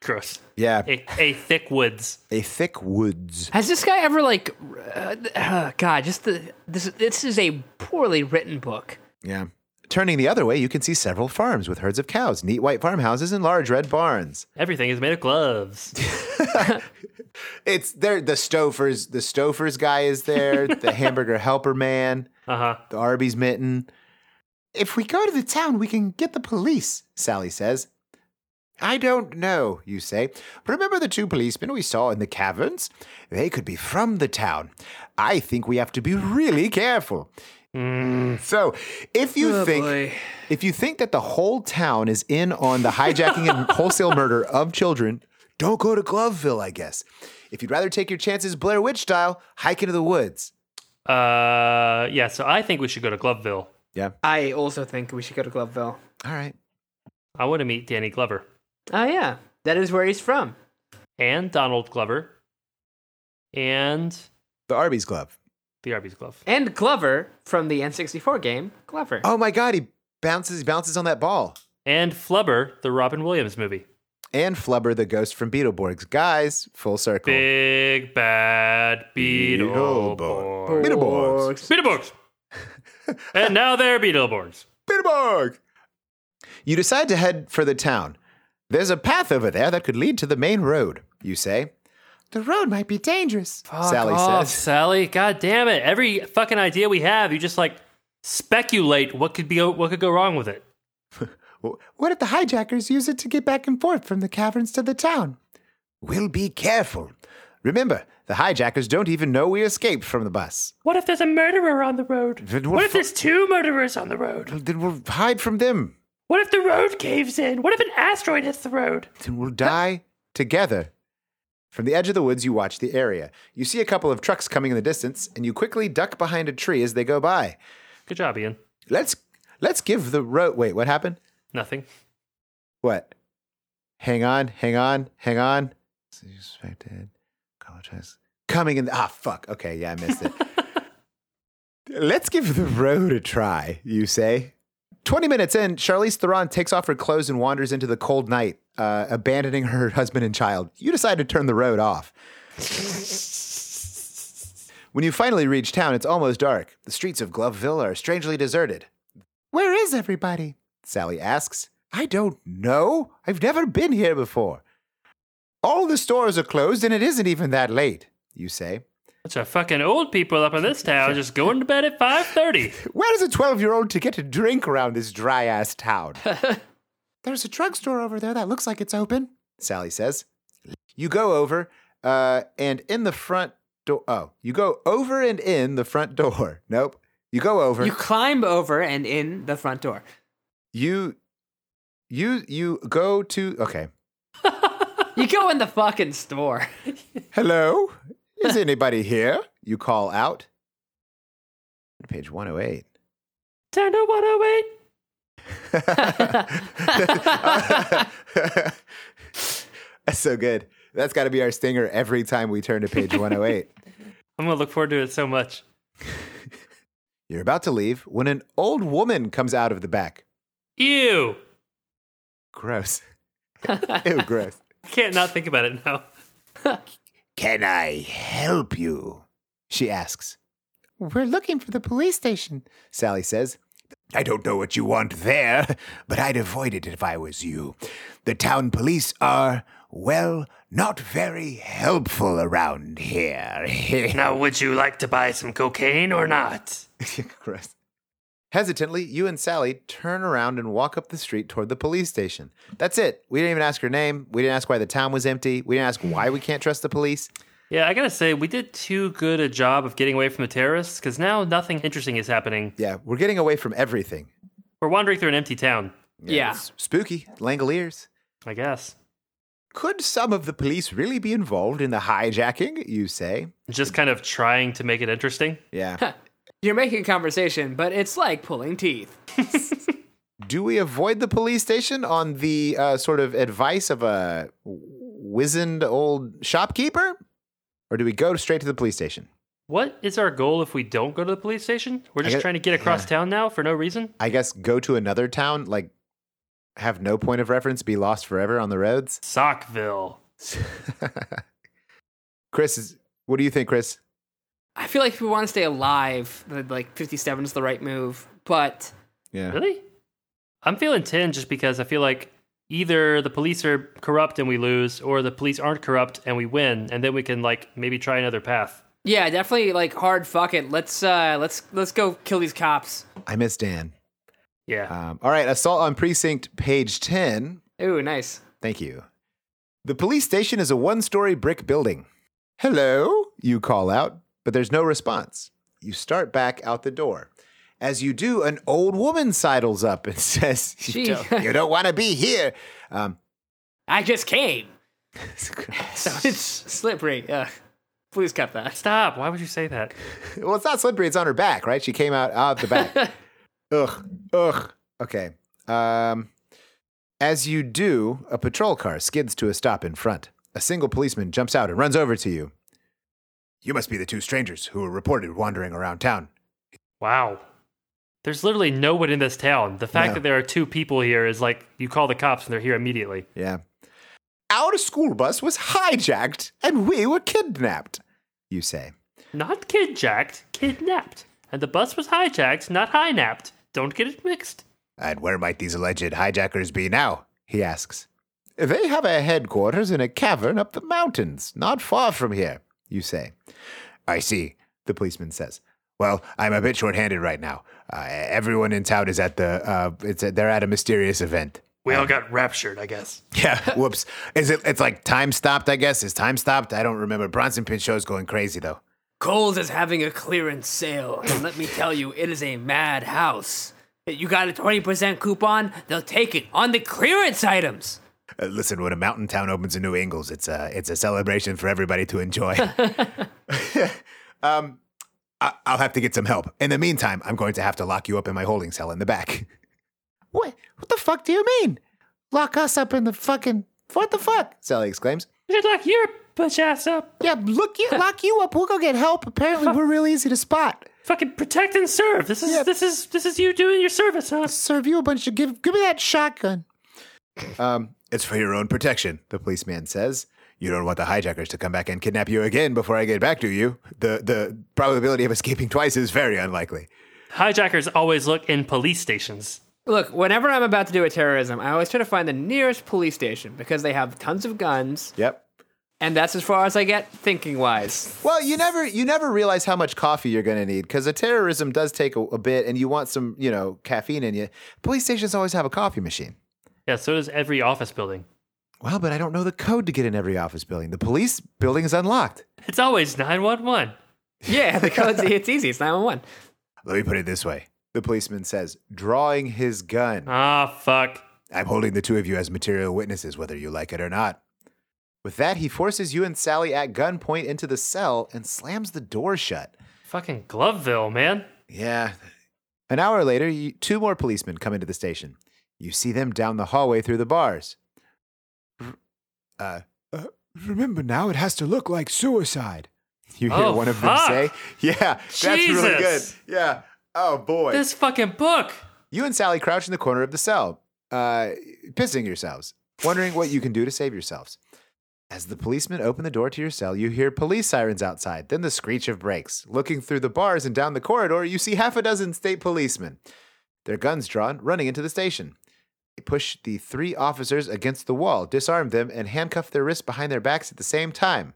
Speaker 4: Gross.
Speaker 2: Yeah,
Speaker 4: A, a thick woods.
Speaker 2: a thick woods.
Speaker 3: Has this guy ever like, uh, uh, God, just the this this is a poorly written book.
Speaker 2: Yeah. Turning the other way, you can see several farms with herds of cows, neat white farmhouses, and large red barns.
Speaker 4: Everything is made of gloves.
Speaker 2: It's there. The Stofers, the Stofers guy is there. the hamburger helper man,
Speaker 4: Uh huh.
Speaker 2: the Arby's mitten. If we go to the town, we can get the police. Sally says. I don't know, you say. Remember the two policemen we saw in the caverns? They could be from the town. I think we have to be really careful. So, if you think If you think that the whole town is in on the hijacking and wholesale murder of children, don't go to Gloveville, I guess. If you'd rather take your chances Blair Witch style, hike into the woods.
Speaker 4: Uh, yeah. So I think we should go to Gloveville.
Speaker 3: I also think we should go to Gloveville.
Speaker 2: All right.
Speaker 4: I want to meet Danny Glover
Speaker 3: Oh yeah, that is where he's from.
Speaker 4: and Donald Glover and
Speaker 2: The Arby's glove.
Speaker 4: the Arby's glove.
Speaker 3: And Glover from the N64 game Glover.
Speaker 2: Oh my god, he bounces he bounces on that ball.
Speaker 4: And Flubber, the Robin Williams movie.
Speaker 2: And Flubber the ghost from Beetleborgs. Guys, full circle.
Speaker 4: Big bad
Speaker 2: Beetleborg.
Speaker 4: Beetleborg.
Speaker 2: Beetleborgs.
Speaker 4: Beetleborgs. and now they're Beetleborgs.
Speaker 2: Beetleborg. You decide to head for the town. There's a path over there that could lead to the main road, you say. The road might be dangerous, Sally
Speaker 4: Oh,
Speaker 2: says.
Speaker 4: Sally, god damn it. Every fucking idea we have, you just like speculate what could be what could go wrong with it.
Speaker 2: W- What if the hijackers use it to get back and forth from the caverns to the town? We'll be careful. Remember, the hijackers don't even know we escaped from the bus.
Speaker 4: What if there's a murderer on the road?
Speaker 2: Then we'll
Speaker 4: What if
Speaker 2: fu-
Speaker 4: there's two murderers on the road?
Speaker 2: Then we'll hide from them.
Speaker 4: What if the road caves in? What if an asteroid hits the road?
Speaker 2: Then we'll die together. From the edge of the woods, you watch the area. You see a couple of trucks coming in the distance, and you quickly duck behind a tree as they go by.
Speaker 4: Good job, Ian.
Speaker 2: Let's let's give the road. Wait, what happened?
Speaker 4: Nothing.
Speaker 2: What? Hang on, hang on, hang on. Suspected. Apologize. Coming in. ah, fuck. Okay, yeah, I missed it. Let's give the road a try, you say. 20 minutes in, Charlize Theron takes off her clothes and wanders into the cold night, uh, abandoning her husband and child. You decide to turn the road off. When you finally reach town, it's almost dark. The streets of Gloveville are strangely deserted. Where is everybody? Sally asks. I don't know. I've never been here before. All the stores are closed and it isn't even that late, you say.
Speaker 4: Bunch of fucking old people up in
Speaker 2: [LAUGHS]
Speaker 4: this town just going to bed at 5.30.
Speaker 2: Where is a 12 year old to get a drink around this dry ass town? There's a drugstore over there that looks like it's open, Sally says. You go over, uh, and in the front door. Oh, you go over and in the front door. [LAUGHS] Nope. You go over.
Speaker 3: You climb over and in the front door.
Speaker 2: you, you, you go to. Okay.
Speaker 3: You go in the fucking store.
Speaker 2: Hello? Is anybody here? You call out. Page [LAUGHS] 108.
Speaker 4: Turn to 108.
Speaker 2: That's so good. That's got to be our stinger every time we turn to page 108.
Speaker 4: I'm going to look forward to it so much.
Speaker 2: You're about to leave when an old woman comes out of the back.
Speaker 4: Ew.
Speaker 2: Gross. Ew, gross.
Speaker 4: I can't not think about it now.
Speaker 2: Can I help you? She asks. We're looking for the police station, Sally says. I don't know what you want there, but I'd avoid it if I was you. The town police are, well, not very helpful around here. [LAUGHS]
Speaker 4: Now, would you like to buy some cocaine or not?
Speaker 2: Gross. Hesitantly, you and Sally turn around and walk up the street toward the police station. That's it. We didn't even ask her name. We didn't ask why the town was empty. We didn't ask why we can't trust the police.
Speaker 4: Yeah, I gotta say, we did too good a job of getting away from the terrorists, because now nothing interesting is happening.
Speaker 2: Yeah, we're getting away from everything.
Speaker 4: We're wandering through an empty town,
Speaker 3: Yeah.
Speaker 2: it's spooky. Langoliers.
Speaker 4: I guess.
Speaker 2: Could some of the police really be involved in the hijacking, you say?
Speaker 4: Just kind of trying to make it interesting.
Speaker 2: Yeah.
Speaker 3: You're making conversation, but it's like pulling teeth.
Speaker 2: Do we avoid the police station on the uh, sort of advice of a wizened old shopkeeper? Or do we go straight to the police station?
Speaker 4: What is our goal if we don't go to the police station? We're just
Speaker 2: guess-
Speaker 4: trying to get across
Speaker 2: yeah.
Speaker 4: town now for no reason?
Speaker 2: I guess go to another town, like have no point of reference, be lost forever on the roads.
Speaker 4: Sockville.
Speaker 2: Chris, is- what do you think, Chris?
Speaker 3: I feel like if we want to stay alive, then like 57 is the right move. But
Speaker 2: Yeah.
Speaker 4: Really? I'm feeling 10 just because I feel like either the police are corrupt and we lose, or the police aren't corrupt and we win, and then we can, like, maybe try another path.
Speaker 3: yeah, definitely like hard fuck it. Let's uh let's let's go kill these cops.
Speaker 2: I miss Dan.
Speaker 4: Yeah.
Speaker 2: Um, all right, assault on precinct, page 10.
Speaker 3: Ooh, nice.
Speaker 2: Thank you. The police station is a one story brick building. Hello, you call out, but there's no response. You start back out the door. As you do, an old woman sidles up and [LAUGHS] says, You
Speaker 3: She-
Speaker 2: don't, you don't want to be here. Um,
Speaker 3: I just came. [LAUGHS] So it's slippery. Ugh. Please cut that.
Speaker 4: Stop. Why would you say that?
Speaker 2: Well, it's not slippery. It's on her back, right? She came out out the back. ugh, ugh. Okay. Um, as you do, a patrol car skids to a stop in front. A single policeman jumps out and runs over to you. You must be the two strangers who were reported wandering around town.
Speaker 4: Wow. There's literally no one in this town. The fact
Speaker 2: No.
Speaker 4: that there are two people here is like you call the cops and they're here immediately.
Speaker 2: Yeah. Our school bus was hijacked and we were kidnapped, you say.
Speaker 4: Not kidjacked, kidnapped. And the bus was hijacked, not high-napped. Don't get it mixed.
Speaker 2: And where might these alleged hijackers be now? he asks. They have a headquarters in a cavern up the mountains, not far from here, you say. I see, the policeman says. Well, I'm a bit short-handed right now. Uh, everyone in town is at the uh, it's they're at a mysterious event.
Speaker 4: We all got raptured, I guess.
Speaker 2: Yeah, whoops. Is it it's like time stopped, I guess? Is time stopped? I don't remember. Bronson Pinchot's going crazy though.
Speaker 3: Coles is having a clearance sale, and let me tell you, it is a mad house. You got a 20% coupon, they'll take it on the clearance items.
Speaker 2: Uh, listen, when a mountain town opens in New Ingles, it's a it's a celebration for everybody to [LAUGHS] enjoy. um, I, I'll have to get some help. In the meantime, I'm going to have to lock you up in my holding cell in the back. [LAUGHS] What? What the fuck do you mean? Lock us up in the fucking what the fuck? Sally exclaims.
Speaker 4: Good luck, your bitch ass up.
Speaker 2: Yeah, look you lock you up. We'll go get help. [LAUGHS] Apparently, we're real easy to spot.
Speaker 4: Fucking protect and serve. This is
Speaker 2: Yeah.
Speaker 4: this is this is you doing your service, huh?
Speaker 2: serve you a bunch of give give me that shotgun. Um, it's for your own protection, the policeman says. You don't want the hijackers to come back and kidnap you again before I get back to you. The the probability of escaping twice is very unlikely.
Speaker 4: Hijackers always look in police stations.
Speaker 3: Look, whenever I'm about to do a terrorism, I always try to find the nearest police station because they have tons of guns,
Speaker 2: Yep.
Speaker 3: and that's as far as I get thinking wise.
Speaker 2: Well, you never you never realize how much coffee you're going to need because a terrorism does take a, a bit, and you want some you know caffeine in you. Police stations always have a coffee machine.
Speaker 4: Yeah, so does every office building.
Speaker 2: Well, but I don't know the code to get in every office building. The police building is unlocked.
Speaker 4: It's always 911.
Speaker 3: Yeah, [LAUGHS] the code's it's easy. It's 911.
Speaker 2: Let me put it this way. The policeman says, drawing his gun.
Speaker 4: Ah, fuck.
Speaker 2: I'm holding the two of you as material witnesses, whether you like it or not. With that, he forces you and Sally at gunpoint into the cell and slams the door shut.
Speaker 4: Fucking Gloveville, man.
Speaker 2: Yeah. An hour later, you, two more policemen come into the station. You see them down the hallway through the bars. Uh, uh, remember now, it has to look like suicide. You hear
Speaker 4: Oh,
Speaker 2: one of
Speaker 4: fuck.
Speaker 2: them say, Yeah, that's really good.
Speaker 4: Jesus.
Speaker 2: Yeah. Oh, boy.
Speaker 4: This fucking book.
Speaker 2: You and Sally crouch in the corner of the cell, uh, pissing yourselves, wondering what you can do to save yourselves. As the policemen open the door to your cell, you hear police sirens outside, then the screech of brakes. Looking through the bars and down the corridor, you see half a dozen state policemen, their guns drawn, running into the station. They push the three officers against the wall, disarm them, and handcuff their wrists behind their backs at the same time.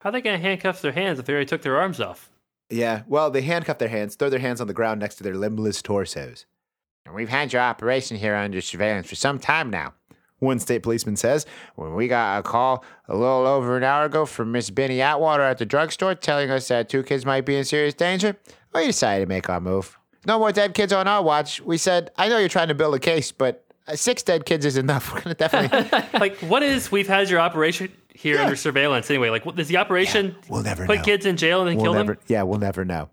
Speaker 4: How are they going to handcuff their hands if they already took their
Speaker 2: [LAUGHS]
Speaker 4: arms off?
Speaker 2: Yeah, well, they handcuff their hands, throw their hands on the ground next to their limbless torsos. And we've had your operation here under surveillance for some time now. One state policeman says, when we got a call a little over an hour ago from Miss Benny Atwater at the drugstore telling us that two kids might be in serious danger, we decided to make our move. No more dead kids on our watch. We said, I know you're trying to build a case, but uh, six dead kids is enough. We're going to definitely.
Speaker 4: like, what is we've had your operation here under surveillance anyway? Like, what is the operation?
Speaker 2: we'll never
Speaker 4: put
Speaker 2: know.
Speaker 4: kids in jail and then kill them.
Speaker 2: Yeah, we'll never know.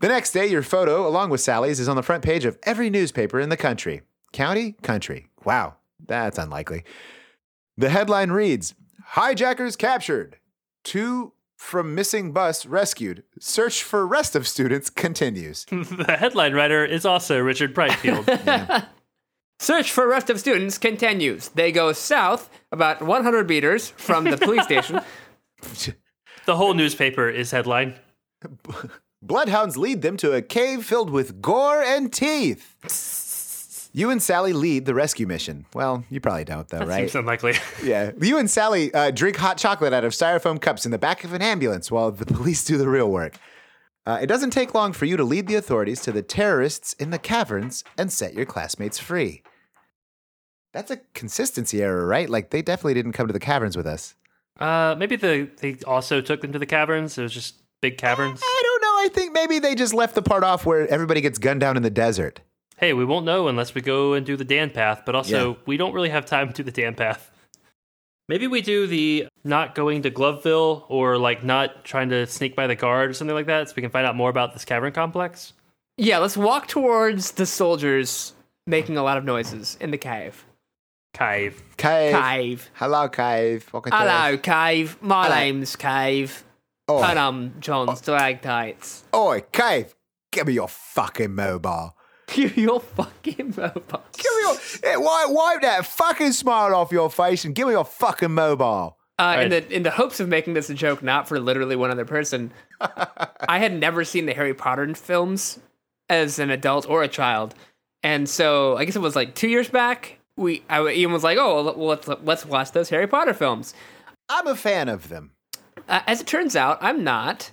Speaker 2: The next day, your photo, along with Sally's, is on the front page of every newspaper in the country. County, country. Wow, that's unlikely. The headline reads Hijackers captured, two from missing bus rescued, search for rest of students continues.
Speaker 4: [LAUGHS] the headline writer is also
Speaker 2: [LAUGHS]
Speaker 4: Richard Brightfield.
Speaker 3: Search for rest of students continues. They go south about 100 meters from
Speaker 2: [LAUGHS]
Speaker 3: the police station.
Speaker 4: the whole newspaper is headline.
Speaker 2: Bloodhounds lead them to a cave filled with gore and teeth.
Speaker 4: [LAUGHS]
Speaker 2: You and Sally lead the rescue mission. Well, you probably don't, though, right?
Speaker 4: Seems unlikely.
Speaker 2: Yeah. You and Sally uh, drink hot chocolate out of styrofoam cups in the back of an ambulance while the [LAUGHS] police do the real work. Uh, it doesn't take long for you to lead the authorities to the terrorists in the caverns and set your classmates free. That's a consistency error, right? Like, they definitely didn't come to the caverns with us.
Speaker 4: uh, maybe the, they also took them to the caverns. It was just big caverns.
Speaker 2: I don't know. I think maybe they just left the part off where everybody gets gunned down in the desert.
Speaker 4: Hey, we won't know unless we go and do the Dan path, but also we don't really have time to do the Dan path. Maybe we do the not going to Gloveville or like not trying to sneak by the guard or something like that so we can find out more about this cavern complex.
Speaker 3: Yeah, let's walk towards the soldiers making a lot of noises in the cave.
Speaker 4: Cave.
Speaker 2: Cave.
Speaker 3: Cave.
Speaker 2: Hello, Cave. Welcome to-
Speaker 3: Hello, Cave. My
Speaker 2: Hello. Oh.
Speaker 3: name's Cave.
Speaker 2: Oi.
Speaker 3: And I'm John's Drag [LAUGHS] Tights.
Speaker 2: Oi, Cave. Give me your fucking mobile.
Speaker 3: Your fucking mobile.
Speaker 2: Give me your, eh, wipe, wipe that fucking smile off your face and give me your fucking mobile.
Speaker 3: Uh, in the in the hopes of making this a joke, not for literally one other person, I had never seen the Harry Potter films as an adult or a child, and so I guess it was like two years back. We I, Ian was like, "Oh, well, let's let's watch those Harry Potter films."
Speaker 2: I'm a fan of them.
Speaker 3: Uh, as it turns out, I'm not.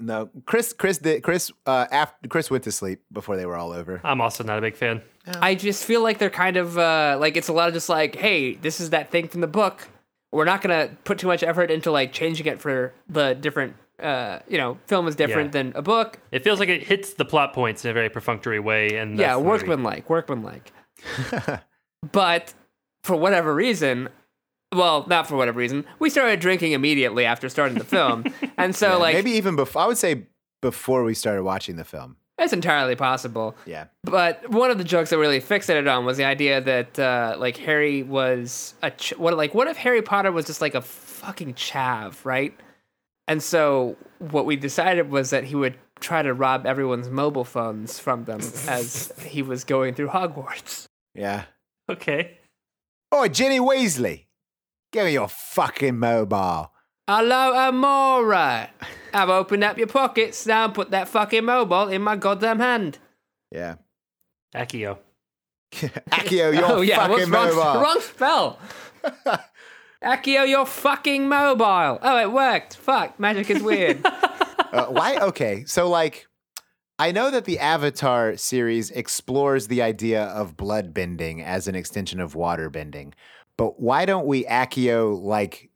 Speaker 2: No, Chris, Chris, did, Chris, uh, after Chris went to sleep before they were all over.
Speaker 4: I'm also not a big fan.
Speaker 3: I just feel like they're kind of uh, like it's a lot of just like, "Hey, this is that thing from the book." We're not gonna put too much effort into like changing it for the different. Uh, you know, film is different
Speaker 4: Yeah.
Speaker 3: than a book.
Speaker 4: It feels like it hits the plot points in a very perfunctory way. And
Speaker 3: yeah,
Speaker 4: that's the movie.
Speaker 3: workmanlike, workmanlike. but for whatever reason, well, not for whatever reason, we started drinking immediately after starting the film, and so like
Speaker 2: Maybe even before, I would say before we started watching the film.
Speaker 3: it's entirely possible.
Speaker 2: Yeah.
Speaker 3: But one of the jokes that really fixated on was the idea that uh, like Harry was a ch- what like what if Harry Potter was just like a fucking chav, right? And so what we decided was that he would try to rob everyone's mobile phones from them as he was going through Hogwarts.
Speaker 2: Yeah.
Speaker 4: [LAUGHS] Okay.
Speaker 2: Oh, Jenny Weasley. Give me your fucking mobile.
Speaker 3: Hello, Amora. I've opened up your pockets. Now and put that fucking mobile in my goddamn hand.
Speaker 2: Yeah.
Speaker 4: Akio.
Speaker 2: Akio, your
Speaker 3: [LAUGHS] oh yeah, what's
Speaker 2: fucking
Speaker 3: wrong,
Speaker 2: mobile. [LAUGHS]
Speaker 3: wrong spell. Akio, your fucking mobile. Oh, it worked. Fuck, magic
Speaker 2: [LAUGHS]
Speaker 3: is weird. [LAUGHS]
Speaker 2: Uh, why? Okay. So, like, I know that the Avatar series explores the idea of blood bending as an extension of water bending, but why don't we Accio, like,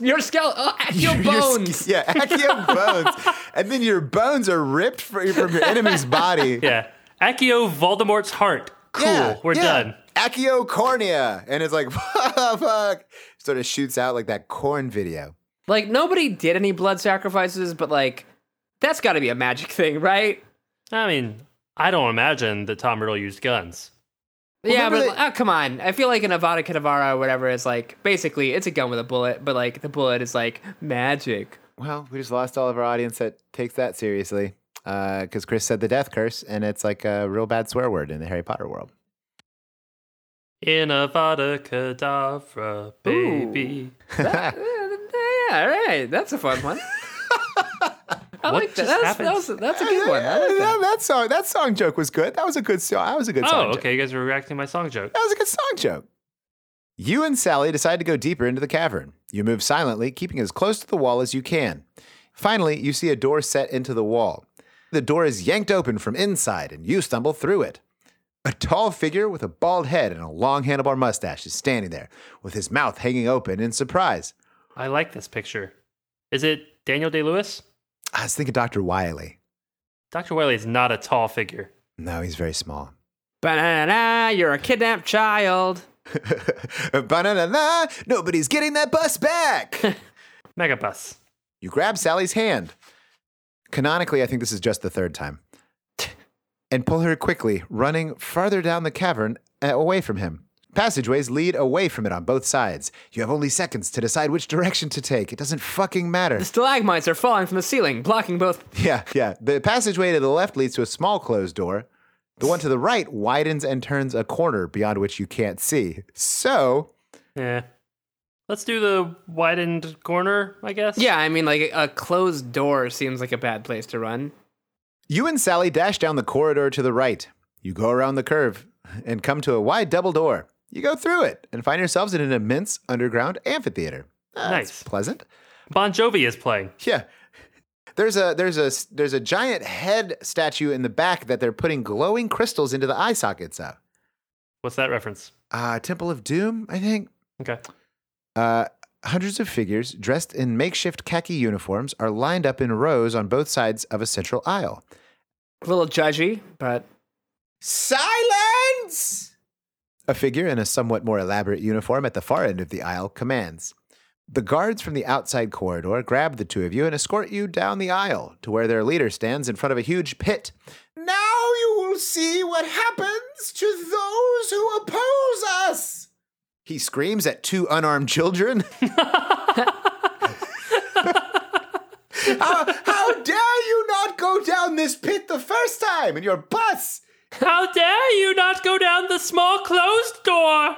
Speaker 3: your skull, oh, Akio bones.
Speaker 2: [LAUGHS] Your, yeah,
Speaker 4: [LAUGHS]
Speaker 2: Accio bones. And then your bones are ripped from, from your
Speaker 4: [LAUGHS]
Speaker 2: enemy's body.
Speaker 4: Yeah. Akio Voldemort's heart. Cool.
Speaker 2: Yeah,
Speaker 4: We're
Speaker 2: yeah.
Speaker 4: done.
Speaker 2: Accio cornea. And it's like, [LAUGHS] fuck. Sort of shoots out like that corn video.
Speaker 3: Like nobody did any blood sacrifices, but like that's got to be a magic thing, right?
Speaker 4: I mean, I don't imagine that Tom Riddle used guns.
Speaker 3: yeah, but
Speaker 2: remember
Speaker 3: oh, come on. I feel like an Avada Kedavra or whatever is like basically it's a gun with a bullet, but like the bullet is like magic.
Speaker 2: Well, we just lost all of our audience that takes that seriously because Chris said the death curse, and it's like a real bad swear word in the Harry Potter world.
Speaker 4: In Avada Kedavra, baby.
Speaker 3: yeah, all right, that's a fun
Speaker 4: [LAUGHS]
Speaker 3: one. I
Speaker 4: What
Speaker 3: like that.
Speaker 4: just
Speaker 3: That's,
Speaker 4: happened?
Speaker 3: that was, that's a good one. I like that.
Speaker 2: that. song, that song joke was good. That was a good song. That was a good
Speaker 4: Oh,
Speaker 2: song. Joke.
Speaker 4: okay. You guys are reacting to my song joke.
Speaker 2: That was a good song joke. You and Sally decide to go deeper into the cavern. You move silently, keeping as close to the wall as you can. Finally, you see a door set into the wall. The door is yanked open from inside, and you stumble through it. A tall figure with a bald head and a long handlebar mustache is standing there, with his mouth hanging open in surprise.
Speaker 4: I like this picture. Is it Daniel Day Lewis?
Speaker 2: I was thinking Dr. Wiley.
Speaker 4: Dr. Wiley is not a tall figure.
Speaker 2: No, he's very small. [LAUGHS]
Speaker 3: Banana, you're a kidnapped child.
Speaker 2: Ba-na-na-na, nobody's getting that bus back.
Speaker 4: Megabus.
Speaker 2: you grab Sally's hand. Canonically, I think this is just the third time. [LAUGHS] And pull her quickly, running farther down the cavern uh, away from him. Passageways lead away from it on both sides. You have only seconds to decide which direction to take. It doesn't fucking matter.
Speaker 3: The stalagmites are falling from the ceiling, blocking both.
Speaker 2: [LAUGHS] Yeah, yeah. The passageway to the left leads to a small closed door. The one to the right widens and turns a corner beyond which you can't see. So,
Speaker 4: Yeah. Let's do the widened corner, I guess.
Speaker 3: Yeah, I mean, like a closed door seems like a bad place to run.
Speaker 2: you and Sally dash down the corridor to the right. You go around the curve and come to a wide double door. You go through it and find yourselves in an immense underground amphitheater. That's
Speaker 4: Nice.
Speaker 2: pleasant.
Speaker 4: Bon Jovi is playing.
Speaker 2: Yeah. There's a there's a there's a giant head statue in the back that they're putting glowing crystals into the eye sockets of.
Speaker 4: What's that reference?
Speaker 2: Uh, Temple of Doom, I think.
Speaker 4: Okay.
Speaker 2: Uh, hundreds of figures dressed in makeshift khaki uniforms are lined up in rows on both sides of a central aisle.
Speaker 3: A little judgy, but
Speaker 2: Silence! A figure in a somewhat more elaborate uniform at the far end of the aisle commands. The guards from the outside corridor grab the two of you and escort you down the aisle to where their leader stands in front of a huge pit. Now you will see what happens to those who oppose us! He screams at two unarmed children. how, how dare you not go down this pit the first time in your bus?
Speaker 4: How dare you not go down the small closed door?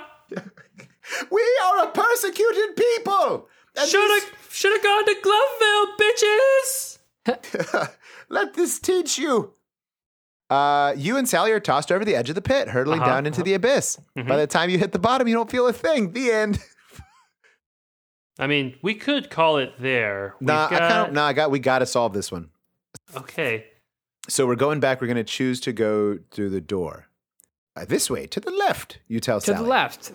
Speaker 2: We are a persecuted people. And
Speaker 4: Should have should have gone to Gloveville, bitches.
Speaker 2: this- [LAUGHS] let this teach you. Uh, you and Sally are tossed over the edge of the pit, hurtling
Speaker 4: Uh-huh.
Speaker 2: down into the abyss.
Speaker 3: mm-hmm.
Speaker 2: By the time you hit the bottom, you don't feel a thing. The end.
Speaker 4: I mean, we could call it there. We've
Speaker 2: Nah, I kind
Speaker 4: got-
Speaker 2: of, nah, I got. We got to solve this one.
Speaker 4: Okay.
Speaker 2: So we're going back. We're going to choose to go through the door. Uh, this way, to the left. You tell
Speaker 3: to
Speaker 2: Sally.
Speaker 3: the left.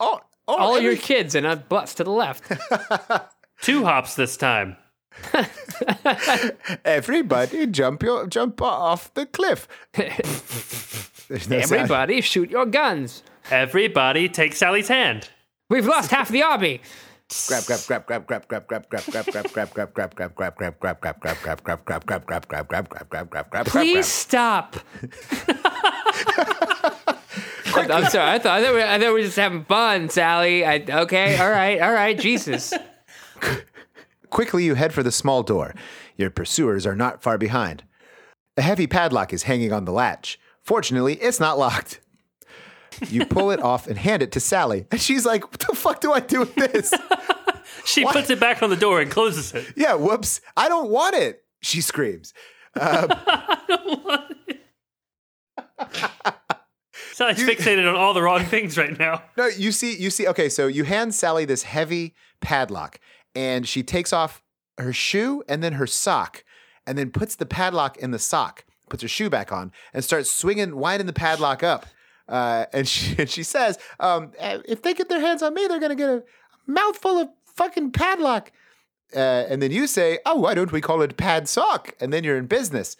Speaker 2: Oh, oh,
Speaker 3: All your
Speaker 2: every-
Speaker 3: kids in a bus to the
Speaker 4: [LAUGHS]
Speaker 3: left.
Speaker 4: Two hops this time.
Speaker 2: everybody, jump your jump off the cliff.
Speaker 3: [LAUGHS]
Speaker 2: [LAUGHS] There's no sound.
Speaker 3: Everybody, shoot your guns.
Speaker 4: Everybody take Sally's hand. [LAUGHS]
Speaker 3: We've lost half the army.
Speaker 2: grab grab grab grab grab grab grab grab grab grab grab grab grab grab grab grab grab grab grab grab grab grab grab grab grab grab grab grab grab grab
Speaker 3: Please stop. [LAUGHS] I'm I'm sorry. I thought I thought, we, I thought we were just having fun, Sally. I, okay. All right. All right. Jesus.
Speaker 2: Quickly you head for the small door. Your pursuers are not far behind. A heavy padlock is hanging on the latch. Fortunately, it's not locked. You pull it off and hand it to Sally. And she's like, What the fuck do I do with this?
Speaker 4: She puts it back on the door and closes it.
Speaker 2: yeah, whoops. I don't want it. She screams.
Speaker 4: Sally's fixated on all the wrong things right now.
Speaker 2: No, you see, you see, okay, so you hand Sally this heavy padlock, and she takes off her shoe and then her sock, and then puts the padlock in the sock, puts her shoe back on, and starts swinging, winding the padlock up. Uh, and, she, [LAUGHS] and she says, um, "Eh, if they get their hands on me, they're going to get a mouthful of fucking padlock. Uh, and then you say, oh, why don't we call it pad sock? And then you're in business.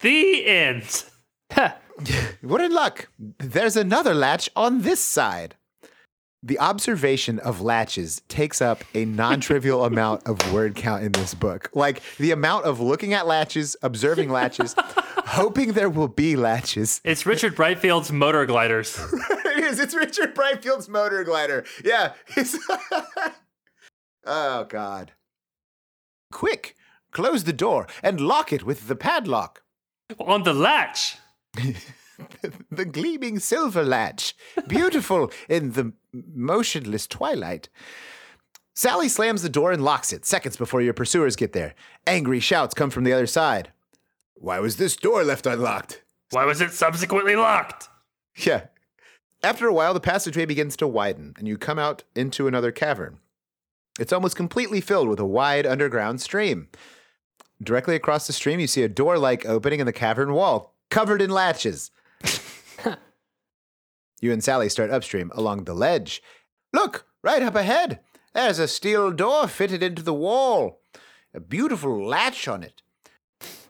Speaker 4: The end.
Speaker 2: We're in luck. There's another latch on this side. The observation of latches takes up a non trivial [LAUGHS] amount of word count in this book. Like the amount of looking at latches, [LAUGHS] observing latches, hoping there will be [LAUGHS] latches.
Speaker 4: It's Richard Brightfield's motor
Speaker 2: [LAUGHS]
Speaker 4: gliders.
Speaker 2: it is. It's Richard Brightfield's motor glider. Yeah. he's- [LAUGHS] oh, God. Quick, close the door and lock it with the padlock.
Speaker 4: on the latch.
Speaker 2: [LAUGHS] the gleaming silver latch, beautiful in the motionless twilight. Sally slams the door and locks it seconds before your pursuers get there. Angry shouts come from the other side. Why was this door left unlocked?
Speaker 4: Why was it subsequently locked?
Speaker 2: [LAUGHS] Yeah. After a while, the passageway begins to widen, and you come out into another cavern. It's almost completely filled with a wide underground stream. Directly across the stream, you see a door like opening in the cavern wall, covered in latches. you and Sally start upstream along the ledge. Look, right up ahead, there's a steel door fitted into the wall, a beautiful latch on it.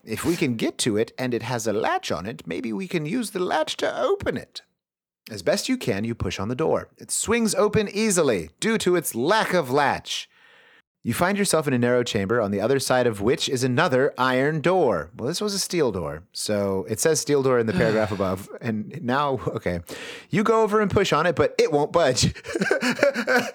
Speaker 2: If we can get to it and it has a latch on it, maybe we can use the latch to open it. As best you can, you push on the door. It swings open easily due to its lack of latch. You find yourself in a narrow chamber on the other side of which is another iron door. Well, this was a steel door, so it says steel door in the paragraph above. And now, okay. You go over and push on it, but it won't budge. [LAUGHS]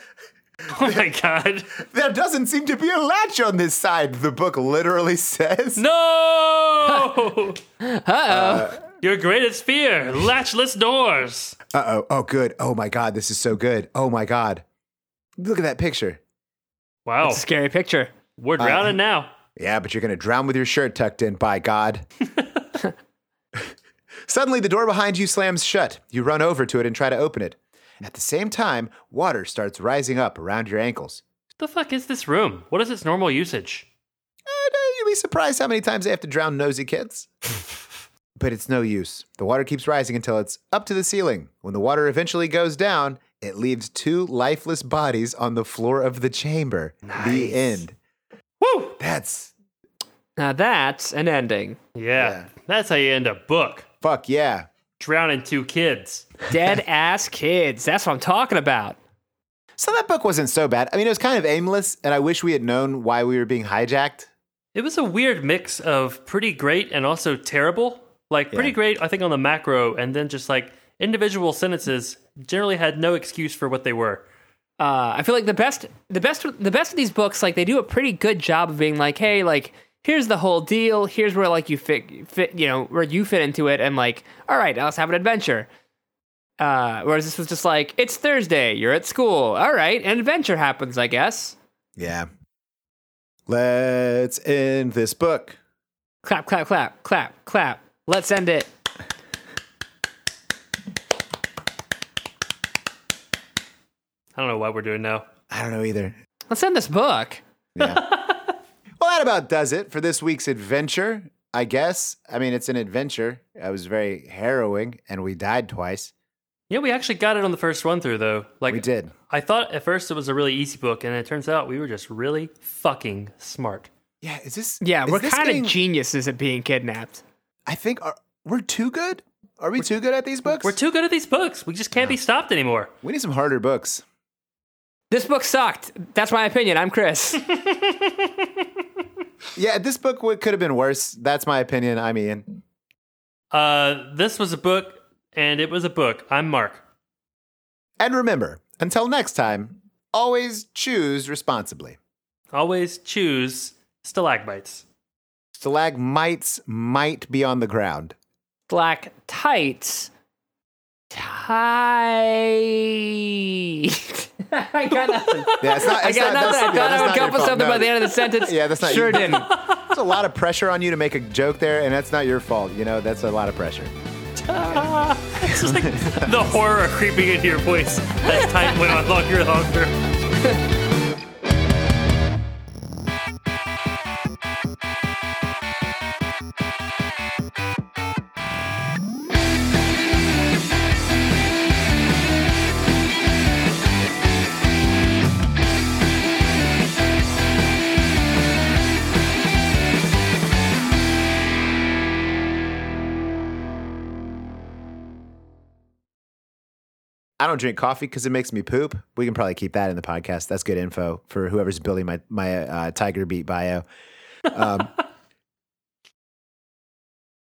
Speaker 4: Oh my god.
Speaker 2: there doesn't seem to be a latch on this side, the book literally [LAUGHS] says. [LAUGHS]
Speaker 4: No! Uh, Your greatest fear, latchless doors.
Speaker 2: Uh oh. Oh, good. Oh my God. This is so good. Oh my God. Look at that picture.
Speaker 4: Wow.
Speaker 3: [LAUGHS] Scary picture.
Speaker 4: We're drowning now.
Speaker 2: Yeah, but you're going to drown with your shirt tucked in, by God. Suddenly, the door behind you slams shut. You run over to it and try to open it. At the same time, water starts rising up around your ankles.
Speaker 4: What the fuck is this room? What is its normal usage?
Speaker 2: And, uh, you'll be surprised how many times they have to drown nosy kids. but it's no use. The water keeps rising until it's up to the ceiling. When the water eventually goes down, it leaves two lifeless bodies on the floor of the chamber. The end.
Speaker 4: Woo!
Speaker 2: That's
Speaker 3: Now that's an ending.
Speaker 4: Yeah. That's how you end a book.
Speaker 2: fuck yeah.
Speaker 4: Drowning two kids.
Speaker 3: Dead [LAUGHS] ass kids. That's what I'm talking about.
Speaker 2: So that book wasn't so bad. I mean, it was kind of aimless, and I wish we had known why we were being hijacked.
Speaker 4: It was a weird mix of pretty great and also terrible. Like pretty
Speaker 2: Yeah.
Speaker 4: great, I think, on the macro, and then just like individual sentences generally had no excuse for what they were.
Speaker 3: uh, I feel like the best, the best, the best of these books, like they do a pretty good job of being like, hey, like here's the whole deal. Here's where like you fit, fit, you know, where you fit into it, and like, all right, now let's have an adventure. Uh, whereas this was just like, it's Thursday, you're at school, all right, an adventure happens, I guess.
Speaker 2: Yeah. Let's end this book.
Speaker 3: Clap, clap, clap, clap, clap. Let's end it.
Speaker 4: I don't know what we're doing now.
Speaker 2: I don't know either.
Speaker 3: Let's end this book.
Speaker 2: Yeah. [LAUGHS] well, that about does it for this week's adventure, I guess. I mean, it's an adventure. It was very harrowing, and we died twice.
Speaker 4: Yeah, we actually got it on the first run through though. Like
Speaker 2: We did.
Speaker 4: I thought at first it was a really easy book, and it turns out we were just really fucking smart.
Speaker 2: Yeah. Is this?
Speaker 3: Yeah,
Speaker 2: is
Speaker 3: we're
Speaker 2: this
Speaker 3: kind of
Speaker 2: getting-
Speaker 3: geniuses at being kidnapped.
Speaker 2: I think are, we're too good. Are we too good at these books?
Speaker 4: We're too good at these books. We just can't be stopped anymore.
Speaker 2: we need some harder books.
Speaker 3: This book sucked. That's my opinion. I'm Chris.
Speaker 2: Yeah, this book w- could have been worse. That's my opinion. I'm Ian.
Speaker 4: Uh, this was a book, and it was a book. I'm Mark.
Speaker 2: And remember, until next time, always choose responsibly.
Speaker 4: Always choose stalagmites. [LAUGHS]
Speaker 2: Stalagmites might be on the ground.
Speaker 3: Black tights [LAUGHS] hi. I
Speaker 2: [LAUGHS]
Speaker 3: got nothing.
Speaker 2: Yeah, it's not,
Speaker 3: [LAUGHS] I
Speaker 2: it's not- that's- yeah,
Speaker 3: got nothing. I thought
Speaker 2: that's
Speaker 3: I would
Speaker 2: not your
Speaker 3: come up with
Speaker 2: fault.
Speaker 3: something
Speaker 2: No.
Speaker 3: by the end of the
Speaker 2: [LAUGHS]
Speaker 3: sentence.
Speaker 2: Yeah, that's not
Speaker 3: sure
Speaker 2: you.
Speaker 3: didn't.
Speaker 2: It's a lot of pressure on you to make a joke there, and that's not your fault. You know, that's a lot of pressure.
Speaker 4: It's just like the horror creeping into your voice as time went on longer and longer.
Speaker 2: I don't drink coffee because it makes me poop. We can probably keep that in the podcast. That's good info for whoever's building my my uh, Tiger Beat bio. Um,